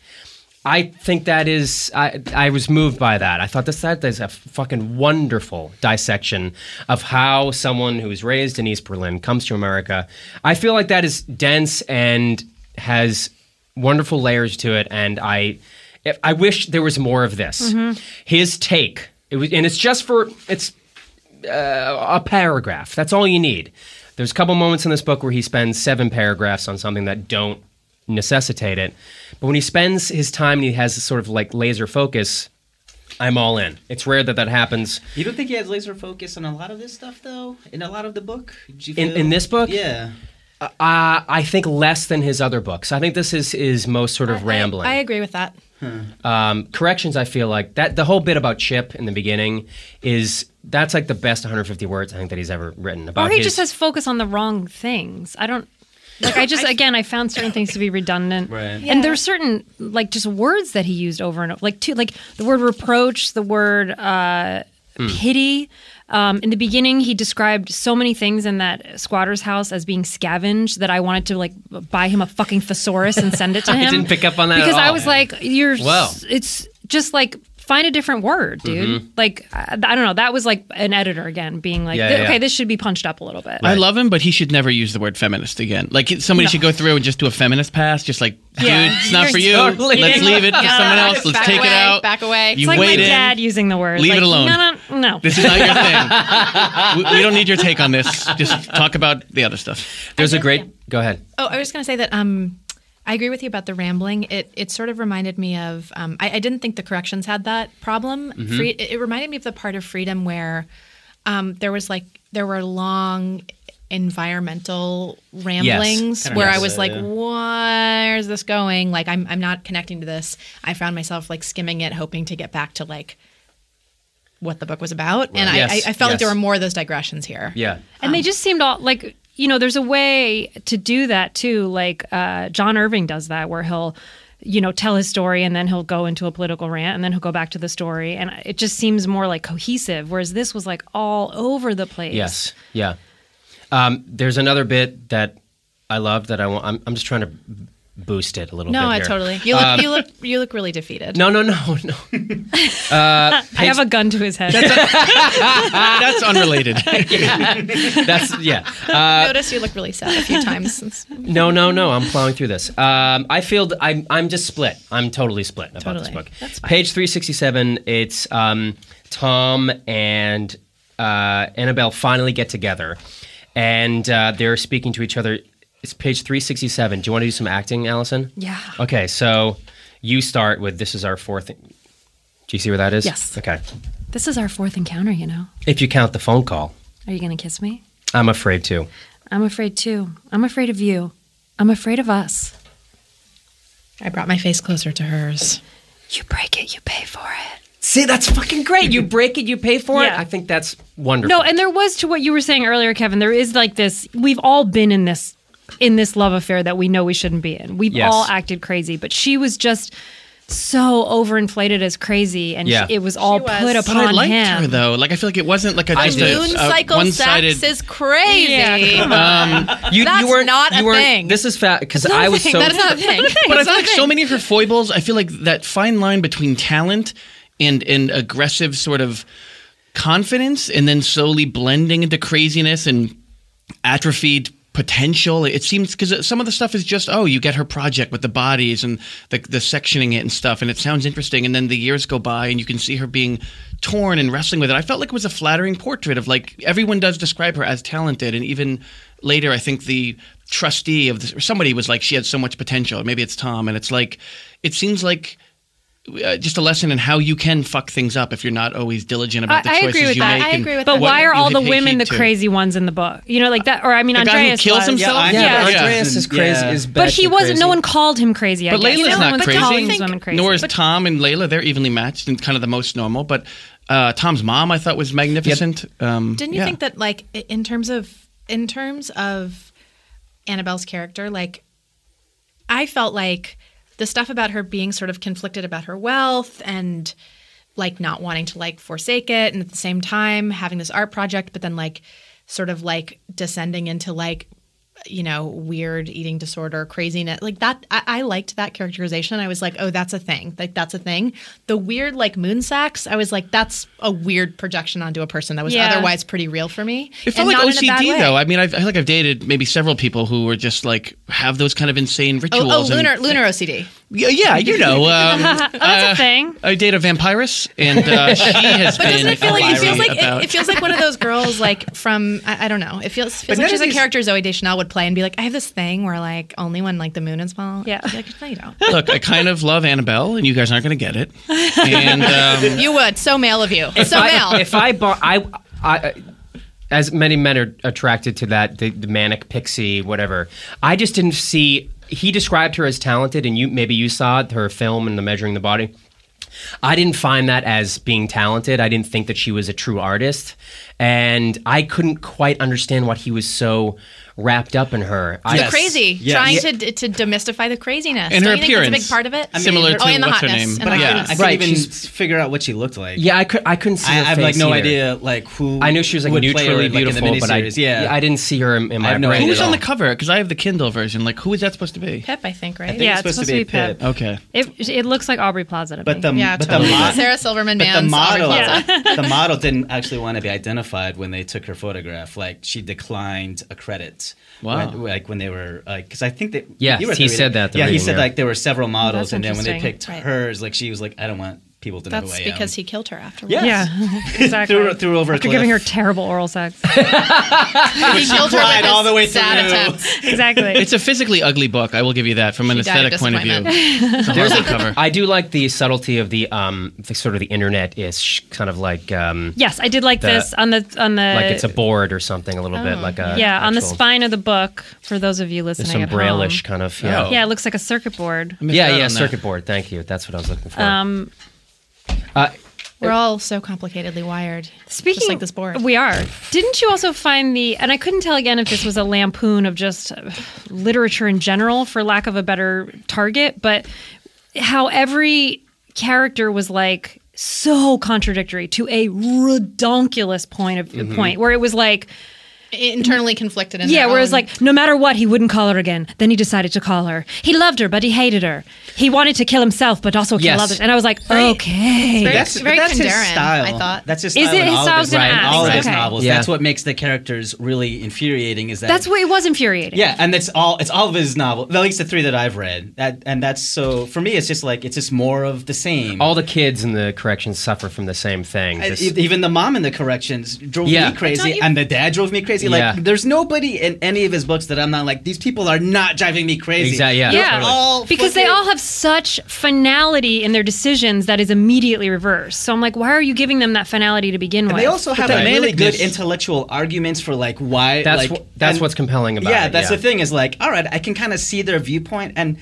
Speaker 1: I think that is. I I was moved by that. I thought this that is a fucking wonderful dissection of how someone who's raised in East Berlin comes to America. I feel like that is dense and has wonderful layers to it. And I, if, I wish there was more of this. His take. It was, and it's just for it's a paragraph. That's all you need. There's a couple moments in this book where he spends seven paragraphs on something that don't necessitate it. But when he spends his time and he has this sort of like laser focus, I'm all in. It's rare that that happens.
Speaker 2: You don't think he has laser focus on a lot of this stuff, though? In a lot of the book? Did you
Speaker 1: In-
Speaker 2: feel-
Speaker 1: in this book?
Speaker 2: Yeah.
Speaker 1: Uh, I think less than his other books. I think this is his most sort of rambling.
Speaker 3: I, I agree with that.
Speaker 1: um, corrections, I feel like that the whole bit about Chip in the beginning is that's like the best 150 words I think that he's ever written about.
Speaker 5: Or he
Speaker 1: his-
Speaker 5: just has focus on the wrong things. I don't like. I just again, I found certain things to be redundant,
Speaker 2: Right.
Speaker 5: and there's certain like just words that he used over and over, like two, like the word reproach, the word uh,
Speaker 1: Hmm.
Speaker 5: pity. Um, in the beginning, he described so many things in that squatter's house as being scavenged that I wanted to like buy him a fucking thesaurus and send it to him.
Speaker 1: didn't pick up on that at
Speaker 5: because I
Speaker 1: all.
Speaker 5: was like, "You're
Speaker 1: Wow.
Speaker 5: it's just like." Find a different word, dude.
Speaker 1: Mm-hmm.
Speaker 5: Like I, I don't know. That was like an editor again being like,
Speaker 1: Yeah,
Speaker 5: "Th-
Speaker 1: yeah,
Speaker 5: "Okay,
Speaker 1: yeah.
Speaker 5: this should be punched up a little bit."
Speaker 4: I love him, but he should never use the word feminist again. Like it- somebody should go through and just do a feminist pass, just like, dude,
Speaker 5: Yeah.
Speaker 4: it's not for you.
Speaker 1: Totally.
Speaker 4: Let's leave it for someone else. Let's
Speaker 3: Back
Speaker 4: take
Speaker 3: away,
Speaker 4: it out.
Speaker 3: Back away.
Speaker 4: You
Speaker 5: It's like
Speaker 4: wait
Speaker 5: my
Speaker 4: in.
Speaker 5: dad using the word.
Speaker 4: Leave
Speaker 5: like,
Speaker 4: it alone.
Speaker 5: No, no, no.
Speaker 4: This is not your thing. we, we don't need your take on this. Just talk about the other stuff.
Speaker 1: there's a great go ahead.
Speaker 3: Oh, I was going to say that um, I agree with you about the rambling. It it sort of reminded me of um, I, I didn't think the corrections had that problem.
Speaker 1: Mm-hmm.
Speaker 3: Free, it, it reminded me of the part of freedom where um, there was like there were long environmental ramblings
Speaker 2: Kinda
Speaker 3: where I
Speaker 2: nice,
Speaker 3: was
Speaker 2: uh,
Speaker 3: like,
Speaker 2: yeah.
Speaker 3: where's this going? Like I'm I'm not connecting to this. I found myself like skimming it, hoping to get back to like what the book was about, and I,
Speaker 1: Yes,
Speaker 3: I, I felt like there
Speaker 1: yes.
Speaker 3: were more of those digressions here.
Speaker 1: Yeah.
Speaker 5: and they just seemed all like you know. There's a way to do that too. Like uh, John Irving does that, where he'll you know tell his story and then he'll go into a political rant and then he'll go back to the story and it just seems more like cohesive. Whereas this was like all over the place.
Speaker 1: Yes. Yeah. Um, there's another bit that I love that I want. I'm, I'm just trying to boost it a little bit.
Speaker 3: No, I
Speaker 1: here. Um,
Speaker 3: totally. You look, you look, you look really defeated.
Speaker 1: No, no, no, no.
Speaker 5: I have a gun to his head.
Speaker 4: That's unrelated.
Speaker 1: That's yeah. Uh,
Speaker 3: I noticed you look really sad a few times since
Speaker 1: No, no, no. I'm plowing through this. Um, I feel th- I'm I'm just split. I'm totally split about this
Speaker 3: Totally.
Speaker 1: book. Page 367. It's um, Tom and uh, Annabelle finally get together, and uh, they're speaking to each other. It's page three sixty seven. Do you want to do some acting, Allison?
Speaker 5: Yeah.
Speaker 1: Okay, so you start with this is our fourth. Do you see where that is?
Speaker 5: Yes.
Speaker 1: Okay.
Speaker 5: This is our fourth encounter, you know.
Speaker 1: If you count the phone call,
Speaker 5: Are you going to kiss me?
Speaker 1: I'm afraid to.
Speaker 5: I'm afraid too. I'm afraid of you. I'm afraid of us.
Speaker 3: I brought my face closer to hers.
Speaker 5: You break it, you pay for it.
Speaker 1: See, that's fucking great. You break it, you pay for it.
Speaker 5: Yeah.
Speaker 1: I think that's wonderful.
Speaker 5: No, and there was to what you were saying earlier, Kevin. There is like this. We've all been in this in this love affair that we know we shouldn't be in. We've
Speaker 1: Yes.
Speaker 5: all acted crazy, but she was just so overinflated as crazy, and
Speaker 1: Yeah.
Speaker 5: it was all
Speaker 3: was.
Speaker 5: put
Speaker 3: But
Speaker 5: upon
Speaker 4: But I liked
Speaker 5: him.
Speaker 4: her though. Like I feel like it wasn't like a just a,
Speaker 3: Moon
Speaker 4: a
Speaker 3: cycle
Speaker 4: one-sided.
Speaker 3: sex is crazy.
Speaker 5: Yeah, come
Speaker 1: you,
Speaker 3: That's
Speaker 1: weren't-
Speaker 3: not a
Speaker 1: weren't-
Speaker 3: thing.
Speaker 1: This is fat because I was so.
Speaker 3: That's not a thing.
Speaker 4: but I feel like so many of her foibles. I feel like that fine line between talent and and aggressive sort of confidence, and then slowly blending into craziness and atrophied potential. It seems because some of the stuff is just oh, you get her project with the bodies and the the sectioning it and stuff, and it sounds interesting. And then the years go by, and you can see her being torn and wrestling with it. I felt like it was a flattering portrait of like everyone does describe her as talented, and even later, I think the trustee of this, or somebody was like she had so much potential. Maybe it's Tom, and it's like it seems like. Uh, just a lesson in how you can fuck things up if you're not always diligent about
Speaker 5: I-
Speaker 4: the
Speaker 5: I
Speaker 4: choices
Speaker 5: agree with
Speaker 4: you
Speaker 5: that.
Speaker 4: make.
Speaker 5: I
Speaker 4: and
Speaker 3: agree with
Speaker 5: But
Speaker 4: what
Speaker 5: why are
Speaker 4: you
Speaker 5: all the
Speaker 4: pay
Speaker 5: women
Speaker 4: heed
Speaker 5: the
Speaker 4: to.
Speaker 5: crazy ones in the book? You know, like that, or I mean,
Speaker 4: The guy who
Speaker 5: Andreas
Speaker 4: kills
Speaker 5: was.
Speaker 4: himself?
Speaker 2: I-
Speaker 1: yeah,
Speaker 5: Yeah.
Speaker 1: but Andreas is crazy.
Speaker 2: Yeah.
Speaker 1: Is
Speaker 5: But he
Speaker 1: batshit
Speaker 5: wasn't.
Speaker 1: crazy.
Speaker 5: No one called him crazy. I
Speaker 4: But
Speaker 5: guess.
Speaker 4: Layla's
Speaker 5: No
Speaker 4: not
Speaker 5: one's
Speaker 4: crazy.
Speaker 5: calling these women crazy.
Speaker 4: Nor is Tom and Layla. They're evenly matched and kind of the most normal. But uh, Tom's mom, I thought, was magnificent. Um,
Speaker 3: Didn't you
Speaker 4: yeah.
Speaker 3: think that like i- in terms of in terms of Annabelle's character, like I felt like the stuff about her being sort of conflicted about her wealth and like not wanting to like forsake it and at the same time having this art project but then like sort of like descending into like you know weird eating disorder craziness like that I, I liked that characterization i was like oh that's a thing like that's a thing the weird like moon sacks i was like that's a weird projection onto a person that was
Speaker 5: Yeah.
Speaker 3: otherwise pretty real for me
Speaker 4: It felt
Speaker 3: and
Speaker 4: like
Speaker 3: not in a bad
Speaker 4: OCD
Speaker 3: way. Oh,
Speaker 4: though. I mean, I've, I feel like I've dated maybe several people who were just like have those kind of insane rituals.
Speaker 3: oh, oh lunar
Speaker 4: and,
Speaker 3: lunar ocd
Speaker 4: Yeah, yeah, you know. Um,
Speaker 5: that's a
Speaker 4: uh,
Speaker 5: thing.
Speaker 4: I date a vampiress, and uh, she has
Speaker 3: But
Speaker 4: been.
Speaker 3: doesn't it feel like it feels like
Speaker 4: about,
Speaker 3: it, it feels like one of those girls like from I, I don't know it feels, feels like
Speaker 1: none
Speaker 3: she's
Speaker 1: of
Speaker 3: a
Speaker 1: these-
Speaker 3: character Zoe Deschanel would play and be like I have this thing where like only when like the moon is full
Speaker 5: Yeah.
Speaker 3: I'd be like no you don't
Speaker 4: Look, I kind of love Annabelle, and you guys aren't going to get it. And um,
Speaker 3: you would so male of you so male
Speaker 1: I, if I bought, I, I, as many men are attracted to that, the, the manic pixie, whatever. I just didn't see. He described her as talented, and you maybe you saw it, her film and the measuring the body. I didn't find that as being talented. I didn't think that she was a true artist, and I couldn't quite understand what he was so wrapped up in her. I,
Speaker 2: Yes.
Speaker 3: crazy
Speaker 2: Yes.
Speaker 3: trying
Speaker 2: Yeah.
Speaker 3: to to demystify the craziness
Speaker 4: And
Speaker 3: Don't
Speaker 4: her
Speaker 3: you think that's a
Speaker 4: appearance.
Speaker 3: big part of it
Speaker 4: Similar to
Speaker 3: oh and the
Speaker 4: what's her
Speaker 3: hotness
Speaker 4: name.
Speaker 3: And the
Speaker 4: But
Speaker 2: I
Speaker 4: Yeah.
Speaker 2: couldn't, I
Speaker 3: hotness.
Speaker 2: couldn't
Speaker 1: Right,
Speaker 2: even
Speaker 1: she's-
Speaker 2: figure out what she looked like.
Speaker 1: Yeah, I could. I couldn't see.
Speaker 2: I, I
Speaker 1: her
Speaker 2: have
Speaker 1: face
Speaker 2: like no
Speaker 1: either.
Speaker 2: idea like who.
Speaker 1: I knew she was like
Speaker 2: would play her,
Speaker 1: neutrally
Speaker 2: like, in the
Speaker 1: beautiful, but I,
Speaker 2: miniseries. yeah,
Speaker 1: I didn't see her in, in my
Speaker 2: I have no
Speaker 1: brain.
Speaker 2: idea.
Speaker 4: who's
Speaker 1: at
Speaker 4: on the
Speaker 1: all.
Speaker 4: cover? Because I have the Kindle version. Like, who is that supposed to be?
Speaker 3: Pip I think right
Speaker 5: Yeah,
Speaker 2: it's
Speaker 5: it's
Speaker 2: supposed to be Pip.
Speaker 4: Okay.
Speaker 5: It, it looks like Aubrey Plaza to me.
Speaker 2: But the
Speaker 3: yeah
Speaker 2: but
Speaker 3: totally.
Speaker 2: the mo-
Speaker 3: Sarah Silverman
Speaker 2: but the
Speaker 3: Man's Aubrey
Speaker 2: model
Speaker 3: Plaza.
Speaker 2: the model didn't actually want to be identified when they took her photograph. Like she declined a credit.
Speaker 4: Wow.
Speaker 2: When- like when they were like because I think that
Speaker 1: Yes,
Speaker 2: you were at
Speaker 1: he
Speaker 2: the reading.
Speaker 1: said that at the
Speaker 2: yeah, he
Speaker 1: reading,
Speaker 2: said
Speaker 1: yeah.
Speaker 2: like there were several models,
Speaker 5: that's
Speaker 2: and then when they
Speaker 5: interesting.
Speaker 2: picked
Speaker 3: Right.
Speaker 2: hers, like she was like, I don't want people to know who
Speaker 3: that's
Speaker 2: I am.
Speaker 3: because he killed her afterwards
Speaker 2: Yes.
Speaker 5: yeah, exactly.
Speaker 2: Threw her- threw her over a
Speaker 5: after giving her
Speaker 2: cliff.
Speaker 5: terrible oral sex.
Speaker 3: he killed her
Speaker 2: cried
Speaker 3: with
Speaker 2: all
Speaker 3: his
Speaker 2: the way
Speaker 3: sad
Speaker 2: through.
Speaker 3: attempts
Speaker 5: exactly.
Speaker 4: It's a physically ugly book. I will give you that from an
Speaker 3: She died of
Speaker 4: aesthetic point of view. It's a horrible cover.
Speaker 1: I do like the subtlety of the um, the, sort of the internet is sh- kind of like um,
Speaker 5: yes, I did like
Speaker 1: The-
Speaker 5: this on the on the
Speaker 1: like it's a board or something a little bit like a
Speaker 5: yeah on the
Speaker 1: actual-
Speaker 5: spine of the book for those of you
Speaker 1: There's
Speaker 5: listening
Speaker 1: some
Speaker 5: at home.
Speaker 1: braille-ish kind of yeah
Speaker 4: Oh.
Speaker 5: Yeah, it looks like a circuit board.
Speaker 4: Missed out
Speaker 1: yeah, yeah
Speaker 4: on that.
Speaker 1: circuit board. Thank you. That's what I was looking for.
Speaker 5: Um,
Speaker 3: we're all so complicatedly wired
Speaker 5: Speaking
Speaker 3: just like this board
Speaker 5: we are. Didn't you also find the? And I couldn't tell again if this was a lampoon of just uh, literature in general, for lack of a better target. But how every character was like
Speaker 1: Mm-hmm.
Speaker 5: so contradictory to a redonkulous point of point, where it was like
Speaker 3: internally conflicted in
Speaker 5: yeah,
Speaker 3: their
Speaker 5: whereas
Speaker 2: um,
Speaker 3: own-
Speaker 5: like no matter what, he wouldn't call her again. Then he decided to call her. He loved her, but he hated her. He wanted to kill himself, but also kill
Speaker 1: Yes.
Speaker 5: others. And I was like, okay,
Speaker 3: very-
Speaker 2: That's,
Speaker 3: very
Speaker 2: that's his
Speaker 3: Kundaran,
Speaker 2: style.
Speaker 3: I thought.
Speaker 2: that's his
Speaker 5: Is
Speaker 2: style.
Speaker 5: it
Speaker 2: in
Speaker 5: his
Speaker 2: all
Speaker 5: style? I
Speaker 2: of
Speaker 5: was
Speaker 2: his,
Speaker 5: gonna
Speaker 2: in all of
Speaker 5: ask.
Speaker 2: his
Speaker 5: Okay.
Speaker 2: novels.
Speaker 1: Yeah.
Speaker 2: That's what makes the characters really infuriating. Is that
Speaker 5: that's what it was infuriating.
Speaker 2: Yeah, and it's all it's all of his novels. At least the three that I've read. That and that's so for me, it's just like it's just more of the same.
Speaker 1: All the kids in the corrections suffer from the same thing.
Speaker 2: I-
Speaker 1: This-
Speaker 2: e- even the mom in the corrections drove
Speaker 1: Yeah.
Speaker 2: me
Speaker 3: Don't
Speaker 2: crazy,
Speaker 3: you-
Speaker 2: and the dad drove me crazy. Like,
Speaker 1: Yeah.
Speaker 2: there's nobody in any of his books that I'm not like. These people are not driving me crazy.
Speaker 1: Exact- yeah.
Speaker 5: Yeah,
Speaker 1: Totally.
Speaker 2: all
Speaker 5: because they
Speaker 2: fucking-
Speaker 5: all have such finality in their decisions that is immediately reversed. So I'm like, why are you giving them that finality to begin
Speaker 2: And
Speaker 5: with?
Speaker 2: they also have
Speaker 4: the
Speaker 2: like, really good
Speaker 4: manicness-
Speaker 2: intellectual arguments for like why.
Speaker 1: that's
Speaker 2: like,
Speaker 1: wh- that's
Speaker 2: and-
Speaker 1: what's compelling about
Speaker 2: yeah,
Speaker 1: it.
Speaker 2: that's the thing is like, all right, I can kind of see their viewpoint and.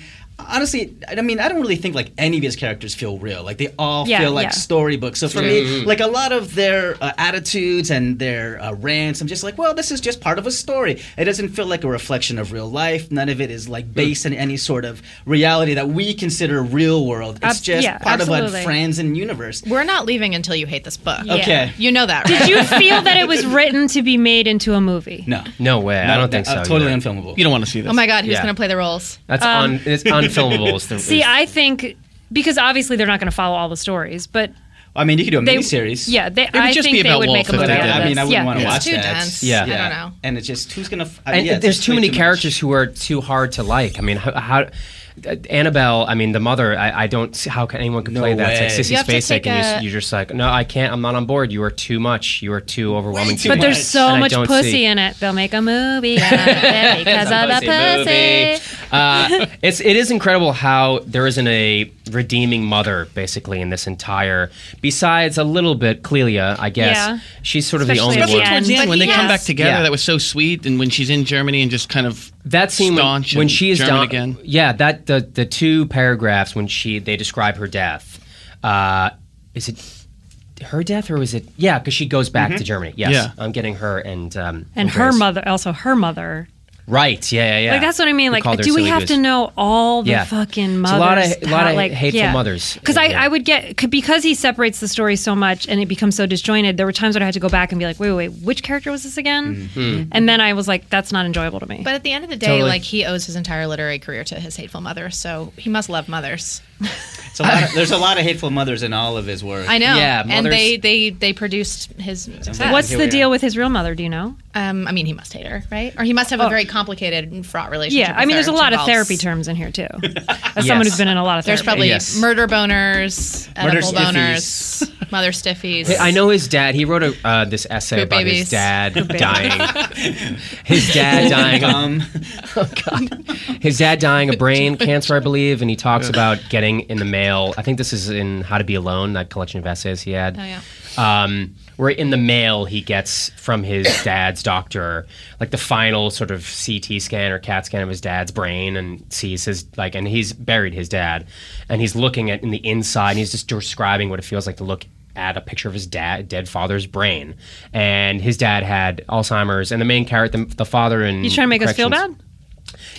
Speaker 2: Honestly, I mean, I don't really think like any of his characters feel real. Like they all
Speaker 5: Yeah,
Speaker 2: feel like
Speaker 5: yeah.
Speaker 2: storybooks. So for
Speaker 1: Mm-hmm.
Speaker 2: me, like a lot of their uh, attitudes and their uh, rants, I'm just like, well, this is just part of a story. It doesn't feel like a reflection of real life. None of it is
Speaker 1: Mm.
Speaker 2: like based in any sort of reality that we consider real world. It's
Speaker 5: Ab-
Speaker 2: just
Speaker 5: yeah,
Speaker 2: part of
Speaker 5: absolutely.
Speaker 2: a friends and universe.
Speaker 3: we're not leaving until you hate this book.
Speaker 5: Yeah.
Speaker 2: Okay.
Speaker 3: You know that, right?
Speaker 5: Did you feel that it was written to be made into a movie?
Speaker 2: No,
Speaker 1: No way. I don't think so.
Speaker 2: Uh, totally
Speaker 1: either.
Speaker 2: unfilmable.
Speaker 4: You don't want to see this.
Speaker 3: Oh my god, who's
Speaker 1: Yeah.
Speaker 3: going to play the roles?
Speaker 1: That's un, it's unfilmable. Is the,
Speaker 5: Um, See,
Speaker 1: is-
Speaker 5: I think because obviously they're not going to follow all the stories, but
Speaker 2: I mean, you could do a
Speaker 5: they
Speaker 2: miniseries.
Speaker 5: Yeah, they,
Speaker 4: would
Speaker 5: I
Speaker 4: just
Speaker 5: think
Speaker 4: be
Speaker 5: they
Speaker 4: about
Speaker 5: would
Speaker 4: Wolf
Speaker 5: make a
Speaker 4: if
Speaker 5: movie.
Speaker 2: But
Speaker 4: they
Speaker 5: out
Speaker 2: I,
Speaker 5: of
Speaker 4: did.
Speaker 5: this.
Speaker 2: I mean, I wouldn't
Speaker 5: yeah.
Speaker 2: want to
Speaker 4: Yeah.
Speaker 2: watch
Speaker 3: It's too
Speaker 2: that.
Speaker 3: dense.
Speaker 1: Yeah.
Speaker 3: I don't know.
Speaker 2: And it's just who's gonna. F- I
Speaker 1: I-
Speaker 2: mean, yeah, it's
Speaker 1: there's
Speaker 2: just
Speaker 1: too
Speaker 2: way
Speaker 1: many
Speaker 2: much.
Speaker 1: characters who are too hard to like. I mean, how, how uh, Annabelle? I mean, the mother. I, I don't see how can anyone can
Speaker 2: No
Speaker 1: play that. It's
Speaker 2: way.
Speaker 1: like
Speaker 3: You
Speaker 1: Sissy
Speaker 3: have to
Speaker 1: Spacek,
Speaker 3: take
Speaker 1: and you, s-
Speaker 3: a-
Speaker 1: you're just like, no, I can't. I'm not on board. You are too much. You are too overwhelming.
Speaker 2: too
Speaker 1: to me."
Speaker 5: But
Speaker 2: much.
Speaker 5: there's so
Speaker 1: And I
Speaker 5: much
Speaker 1: don't
Speaker 5: pussy
Speaker 1: see-
Speaker 5: in it. They'll make a movie out of it because of the pussy.
Speaker 1: Uh, it's it is incredible how there isn't a redeeming mother basically in this entire. Besides a little bit, Clelia, I guess
Speaker 5: Yeah.
Speaker 1: she's sort of
Speaker 5: Especially
Speaker 1: the
Speaker 5: at
Speaker 1: only
Speaker 5: the
Speaker 1: one.
Speaker 5: end.
Speaker 4: towards the end
Speaker 5: But
Speaker 4: when they
Speaker 5: he
Speaker 4: come
Speaker 5: has-
Speaker 4: back together,
Speaker 1: Yeah.
Speaker 4: that was so sweet. And when she's in Germany and just kind of
Speaker 1: That scene when,
Speaker 4: staunch
Speaker 1: when
Speaker 4: and
Speaker 1: she is
Speaker 4: German
Speaker 1: down
Speaker 4: again.
Speaker 1: Yeah, that the the two paragraphs when she they describe her death. Uh, is it her death or is it? Yeah, because she goes back to Germany. Yes,
Speaker 4: Mm-hmm. Yeah.
Speaker 1: I'm getting her and um,
Speaker 5: And her
Speaker 1: Grace.
Speaker 5: mother, also her mother.
Speaker 1: Right. Yeah, yeah, yeah.
Speaker 5: Like that's what I
Speaker 1: We
Speaker 5: mean. Like,
Speaker 1: called her
Speaker 5: do we
Speaker 1: silly
Speaker 5: have
Speaker 1: goose.
Speaker 5: to know all the
Speaker 1: Yeah.
Speaker 5: fucking
Speaker 1: It's
Speaker 5: mothers?
Speaker 1: a lot of- a lot
Speaker 5: pa-
Speaker 1: of
Speaker 5: like,
Speaker 1: hateful mothers
Speaker 5: Because
Speaker 1: in
Speaker 5: I,
Speaker 1: here.
Speaker 5: I would get c- because he separates the story so much and it becomes so disjointed. There were times when I had to go back and be like, wait, wait, wait which character was this again?
Speaker 1: Mm-hmm.
Speaker 5: And then I was like, that's not enjoyable to me.
Speaker 3: But at the end of the day,
Speaker 1: Totally.
Speaker 3: like he owes his entire literary career to his hateful mother, so he must love mothers.
Speaker 2: It's a lot of- there's a lot of hateful mothers in all of his work.
Speaker 3: I know.
Speaker 1: Yeah,
Speaker 3: and
Speaker 1: mothers-
Speaker 3: they they they produced his success.
Speaker 5: What's
Speaker 2: here
Speaker 5: the
Speaker 2: we are.
Speaker 5: deal with his real mother? Do you know?
Speaker 3: Um, I mean, he must hate her, right? Or he must have a very complicated and fraught relationship.
Speaker 5: Yeah,
Speaker 3: with
Speaker 5: I mean,
Speaker 3: her,
Speaker 5: there's a
Speaker 3: which
Speaker 5: lot of
Speaker 3: involves-
Speaker 5: therapy terms in here too. As someone who's been in a lot of
Speaker 3: There's
Speaker 5: therapy,
Speaker 3: probably
Speaker 1: Yes.
Speaker 3: murder boners,
Speaker 2: Murder
Speaker 3: edible
Speaker 2: stiffies.
Speaker 3: boners, mother stiffies.
Speaker 1: I know his dad. He wrote a, uh, this essay
Speaker 3: Poop
Speaker 1: about his
Speaker 3: babies.
Speaker 1: dad
Speaker 5: babies.
Speaker 1: dying. his dad dying. of-
Speaker 2: Um,
Speaker 5: Oh,
Speaker 1: his dad dying of brain cancer, I believe, and he talks about getting in the mail. I think this is in How to Be Alone, that collection of essays he had.
Speaker 3: Oh, yeah.
Speaker 1: Um, where in the mail he gets from his dad's doctor, like the final sort of CT scan or CAT scan of his dad's brain, and sees his like, and he's buried his dad, and he's looking at in the inside, and he's just describing what it feels like to look at a picture of his dad, dead father's brain, and his dad had Alzheimer's, and the main character, the, the father, and
Speaker 5: you trying to make us feel bad?